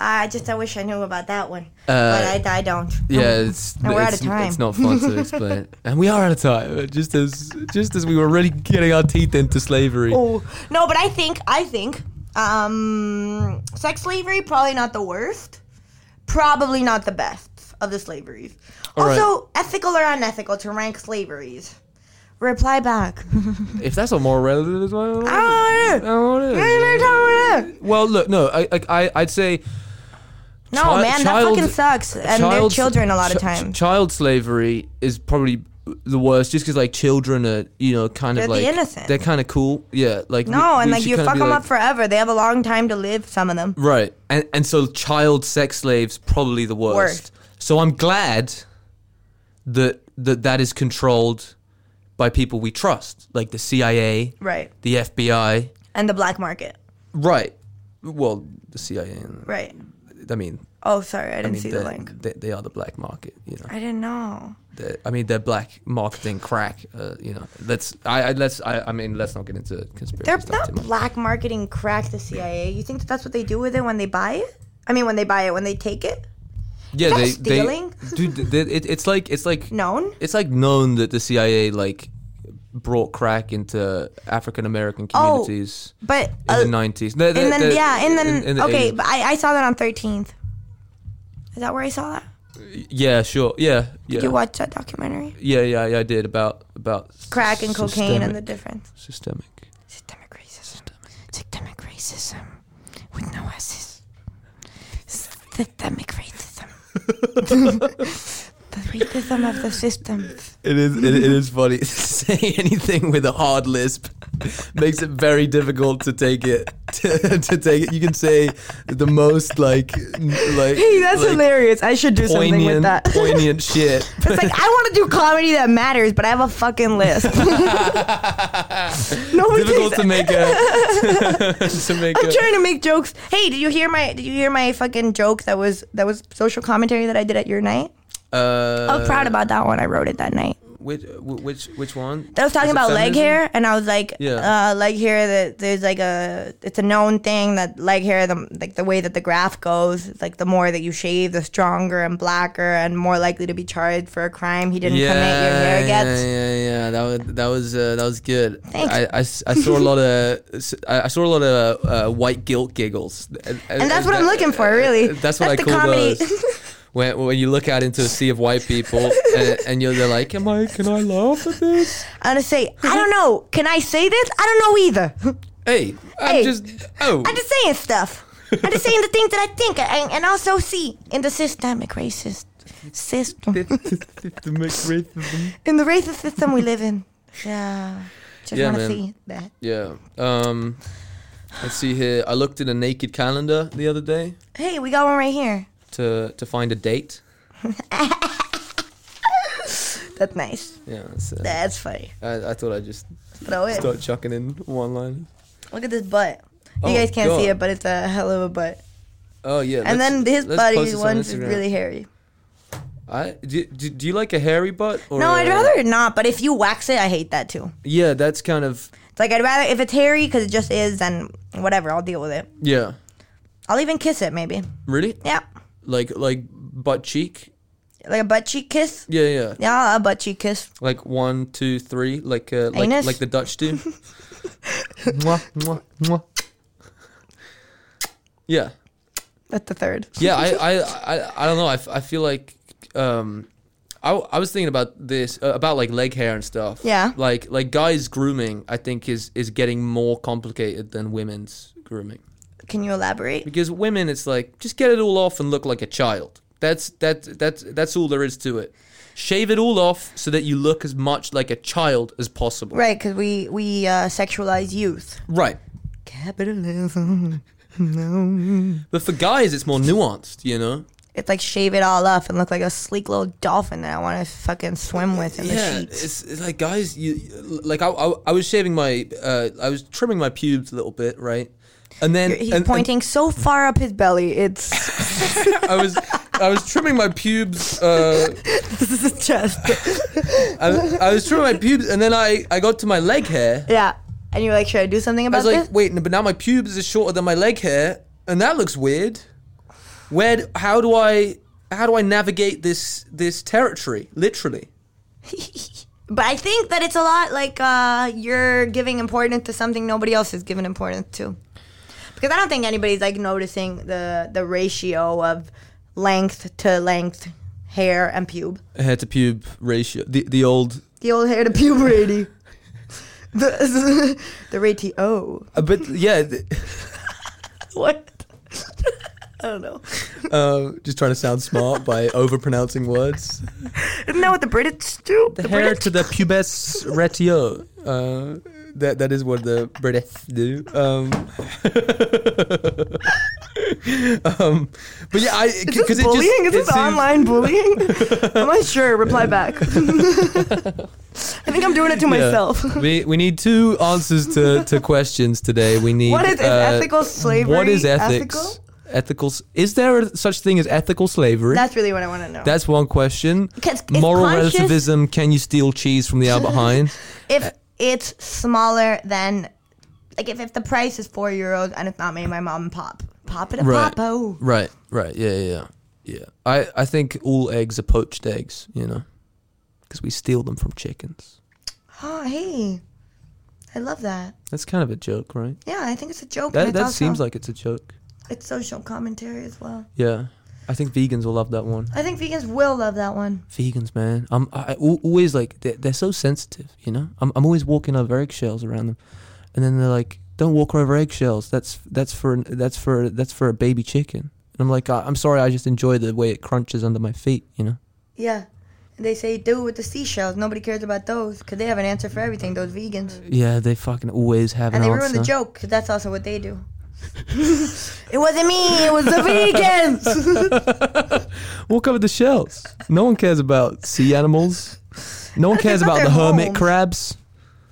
S4: I just I wish I knew about that one, but I, I don't.
S1: yeah, it's
S4: And we're out
S1: it's,
S4: of time.
S1: it's not fun to explain, and we are out of time. Just as just as we were really getting our teeth into slavery.
S4: Oh no, but I think I think um, sex slavery probably not the worst, probably not the best of the slaveries.
S1: right.
S4: also, ethical or unethical to rank slaveries. Reply back.
S1: If that's not more relative, I don't know.
S4: Ah, I don't know what it is.
S1: Well, look, no, I, I, I- I'd say
S4: No,
S6: Chi-
S4: man,
S6: child-
S4: that fucking sucks. And they're
S6: child-
S4: children a lot of
S6: chi-
S4: times.
S6: child slavery is probably the worst, just because like children are, you know, kind
S4: They're
S6: of
S4: the
S6: like
S4: innocent.
S6: They're kind of cool, yeah. Like we-
S4: no, and
S6: we
S4: like
S6: should
S4: you
S6: kinda
S4: fuck
S6: be
S4: them
S6: like-
S4: up forever. They have a long time to live. Some of them.
S6: right? And and so child sex slaves probably the worst.
S4: Worst.
S6: So I'm glad that that that is controlled by people we trust, like the CIA,
S4: Right.
S6: the FBI,
S4: And the black market.
S6: right? Well, the CIA. and-
S4: Right.
S6: I mean,
S4: Oh, sorry, I didn't
S6: I mean,
S4: see the
S6: they're-
S4: link.
S6: They, they are the black market, you know.
S4: I didn't know.
S6: They're- I mean, they're black marketing crack. Uh, you know, let's. I, I let's. I, I mean, let's not get into conspiracy
S4: They're
S6: stuff
S4: not
S6: too much.
S4: black marketing crack. The CIA. You think that that's what they do with it when they buy it? I mean, when they buy it, when they take it,
S6: Yeah,
S4: that
S6: they
S4: stealing?
S6: they dude. They, it, it's like it's like
S4: known.
S6: it's like known that the CIA like brought crack into African American
S4: Oh,
S6: communities
S4: But
S6: in
S4: uh,
S6: the nineties. No,
S4: in the, yeah, in the, okay.
S6: 80s.
S4: But I, I saw that on Thirteenth. Is that where I saw that?
S6: yeah, sure, yeah, yeah,
S4: Did you watch that documentary?
S6: yeah, yeah, yeah. I did about about
S4: Crack and cocaine and the
S6: systemic-
S4: difference.
S6: systemic.
S4: Systemic racism. Systemic racism with no S's. Systemic racism. the racism of the system.
S1: It is. It, it is funny. Saying anything with a hard lisp makes it very difficult to take it. To, to take it, you can say the most like n- like.
S4: Hey, that's
S1: like,
S4: hilarious. I should do something
S1: Poignant,
S4: with that.
S1: poignant shit.
S4: It's like I want to do comedy that matters, but I have a fucking list. no one
S1: Difficult
S4: takes-
S1: to make a to make
S4: Oh, I'm
S1: a.
S4: trying to make jokes. Hey, did you hear my did you hear my fucking joke that was that was social commentary that I did at your night?
S6: Uh,
S4: I was proud about that one. I wrote it that night.
S6: which which which one?
S4: I was talking
S6: it
S4: about leg
S6: feminism?
S4: hair, and I was like,
S6: Yeah.
S4: uh, leg hair. That there's like a, it's a known thing that leg hair, the like the way that the graph goes, it's like the more that you shave, the stronger and blacker and more likely to be charged for a crime he didn't commit. Your hair gets.
S1: Yeah, yeah, yeah. That was that was uh, that was good.
S4: Thanks.
S1: I, I s- I saw a lot of I I saw a lot of uh, white guilt giggles, and, uh,
S4: And that's what I'm looking for, really.
S1: That's what
S4: That's
S1: I
S4: the
S1: call
S4: comedy.
S1: those. When, when you look out into a sea of white people, and, and you're they're like, "Am I? Can I laugh at this?"
S4: I'm gonna say, I don't know. Can I say this? I don't know either.
S1: Hey, I'm
S4: Hey.
S1: just oh,
S4: I'm just saying stuff. I'm just saying the things that I think and, and also see in the systemic racist system. in the racist system we live in. Yeah. Just
S1: Yeah,
S4: want to
S1: man.
S4: see that.
S1: yeah. Um, let's see here. I looked at a naked calendar the other day
S4: Hey, we got one right here.
S1: to to find a date.
S4: That's nice.
S1: Yeah, that's, uh,
S4: That's funny.
S1: I, I thought I'd just
S4: Throw it.
S1: start chucking in one line.
S4: Look at this butt. You
S1: Oh,
S4: guys can't see
S1: God.
S4: it, but it's a hell of a butt.
S1: Oh yeah, let's-
S4: And then his
S1: let's
S4: buddy
S1: post this on
S4: one's
S1: Instagram.
S4: really hairy.
S1: I do, do, do you like a hairy butt? Or
S4: No,
S1: i
S4: I'd rather not, but if you wax it, I hate that too.
S1: Yeah, that's kind of
S4: It's like I'd rather if it's hairy because it just is, then whatever, I'll deal with it.
S1: yeah.
S4: I'll even kiss it maybe.
S1: Really?
S4: Yeah.
S1: Like like butt cheek?
S4: Like a butt cheek kiss.
S1: Yeah, yeah.
S4: Yeah, a butt cheek kiss.
S1: Like one, two, three. Like uh, like
S4: Anus?
S1: like the Dutch do. mwah, mwah, mwah. Yeah,
S4: That's the third.
S1: yeah. I I I, I don't know. I, f- I feel like um. I, w- I was thinking about this uh, about like leg hair and stuff.
S4: Yeah.
S1: Like like guys grooming I think is is getting more complicated than women's grooming.
S4: Can you elaborate?
S1: because women it's like just get it all off and look like a child that's that that's that's all there is to it shave it all off so that you look as much like a child as possible
S4: Right, because we we uh, sexualize youth.
S1: right
S4: Capitalism.
S1: but for guys it's more nuanced you know
S4: It's like shave it all off and look like a sleek little dolphin that I want to fucking swim with in the
S1: yeah
S4: sheets.
S1: it's, it's like guys you like I, I I was shaving my uh i was trimming my pubes a little bit right and then
S4: He's
S1: and- and
S4: pointing so far up his belly. It's
S1: i was i was trimming my pubes uh
S4: this is his chest.
S1: I, I was trimming my pubes and then i i got to my leg hair
S4: yeah, and you're like, should I do something
S1: I
S4: about
S1: was like,
S4: this?
S1: wait, no, but now my pubes are shorter than my leg hair, and that looks weird. Where? d- How do I? How do I navigate this this territory? Literally.
S4: But I think that it's a lot like uh, you're giving importance to something nobody else is giving importance to. Because I don't think anybody's like noticing the the ratio of length to length hair and pube.
S1: Hair to pube ratio. The the old.
S4: The old hair to pube ratio. The, the
S1: uh,
S4: ratio.
S1: but yeah, th-
S4: What? I don't know.
S1: Um, just trying to sound smart by overpronouncing words.
S4: Isn't that what the British do? The,
S1: Hair
S4: British
S1: to the pubes ratio. Uh, that that is what the British do. Um, um, but yeah, I
S4: Is
S1: because
S4: this
S1: it just
S4: bullying?
S1: it
S4: Is this
S1: seems-
S4: online bullying? am I sure? Reply back. I think I'm doing it to myself.
S1: We, we need two answers to, to questions today. We need uh,
S4: What is- is ethical slavery
S1: What is ethics?
S4: ethical?
S1: Ethical s- is there a such thing as ethical slavery?
S4: That's really what I want to know.
S1: That's one question.
S4: 'Cause it's
S1: Moral
S4: conscious-
S1: relativism: Can you steal cheese from the Albert Heinz?
S4: if it's smaller than, like, if, if the price is four euros and it's not made by mom and pop, pop oh. it a
S1: Right.
S4: popo.
S1: Right, right, yeah, yeah, yeah. Yeah. I I think all eggs are poached eggs. You know, because we steal them from chickens.
S4: Oh, hey, I love that.
S1: That's kind of a joke, right?
S4: Yeah, I think it's a joke. and
S1: That
S4: it's
S1: that
S4: also-
S1: seems like it's a joke.
S4: it's social commentary as well.
S1: Yeah, I think vegans will love that one.
S4: I think vegans will love that one.
S1: vegans, man. I'm I, I al- always like they're, they're so sensitive, you know. I'm I'm always walking over eggshells around them, and then they're like, "Don't walk over eggshells. That's that's for an- that's for that's for a baby chicken." And I'm like, I, "I'm sorry, I just enjoy the way it crunches under my feet," you know.
S4: Yeah. And They say do it with the seashells. Nobody cares about those because they have an answer for everything. Those vegans.
S1: Yeah, they fucking always have
S4: And
S1: an
S4: they
S1: answer.
S4: ruin the joke 'cause that's also what they do. it wasn't me. It was the vegans.
S1: Walk over the shells. No one cares about sea animals. No one
S4: That's like
S1: cares
S4: not
S1: about
S4: their
S1: the hermit
S4: home.
S1: crabs.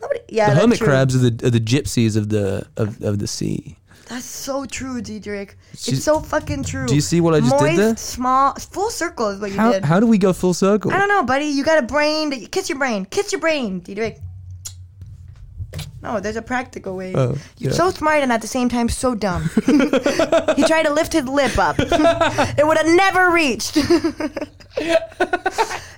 S4: Nobody, yeah,
S1: the
S4: that's
S1: hermit
S4: true.
S1: crabs are the are the gypsies of the of, of the sea.
S4: That's so true, Diedrich.
S1: She-
S4: it's so fucking true.
S1: Do you see what I just
S4: Moist,
S1: did there?
S4: small, full circle is what you
S1: How,
S4: did.
S1: how do we go full circle?
S4: I don't know, buddy. You got a brain. That you, kiss your brain. Kiss your brain, Diedrich. No, there's a practical way.
S1: Oh,
S4: You're
S1: yeah.
S4: so smart and at the same time so dumb. he tried to lift his lip up. it would have never reached.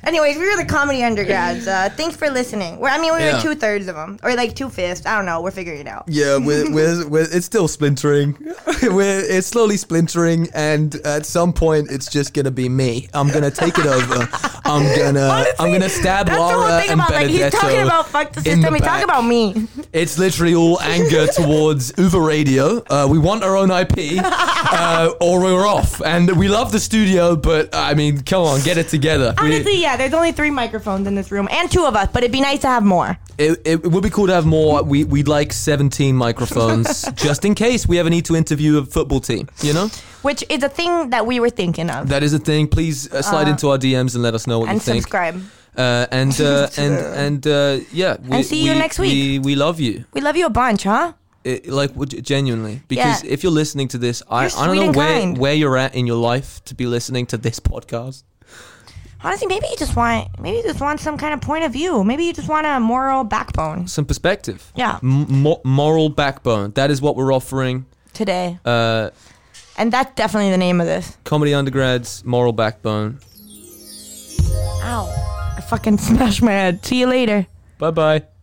S4: Anyways, we were the comedy undergrads. Uh, thanks for listening. We're, I mean, we were
S1: Yeah.
S4: two thirds of them, or like two fifths. I don't know. We're figuring it out.
S1: Yeah, we're, we're, we're, it's still splintering. we're, it's slowly splintering, and at some point, it's just gonna be me. I'm gonna take it over. I'm gonna I'm gonna stab
S4: That's
S1: Laura
S4: the whole thing
S1: and
S4: about like
S1: Benedetto.
S4: he's talking about fuck the
S1: in
S4: system.
S1: the
S4: he's talking
S1: back.
S4: about me.
S1: It's literally all anger towards Uber Radio. Uh, we want our own IP, uh, or we're off. And we love the studio, but uh, I mean, come on, get it together. We-
S4: Honestly, yeah. There's only three microphones in this room and two of us, but it'd be nice to have more.
S1: It, it would be cool to have more. We, we'd like 17 microphones just in case we ever need to interview a football team, you know?
S4: which is a thing that we were thinking of.
S1: That is a thing. Please uh, slide into our DMs and let us know what you
S4: and
S1: think.
S4: subscribe.
S1: Uh, and uh, and and uh, yeah. We,
S4: And see you
S1: we-
S4: next week.
S1: We, we love you,
S4: We love you a bunch, huh?
S1: it, like would- genuinely. Because
S4: Yeah.
S1: if you're listening to this, I,
S4: You're
S1: I don't
S4: sweet
S1: know
S4: and
S1: where
S4: kind.
S1: where you're at in your life to be listening to this podcast.
S4: Honestly, maybe you just want maybe you just want some kind of point of view. Maybe you just want a moral backbone
S1: Some perspective.
S4: Yeah.
S1: M- mo- moral backbone. That is what we're offering.
S4: today.
S1: Uh,
S4: and that's definitely the name of this.
S1: comedy undergrads, moral backbone.
S4: Ow. I fucking smashed my head. See you later.
S1: Bye bye.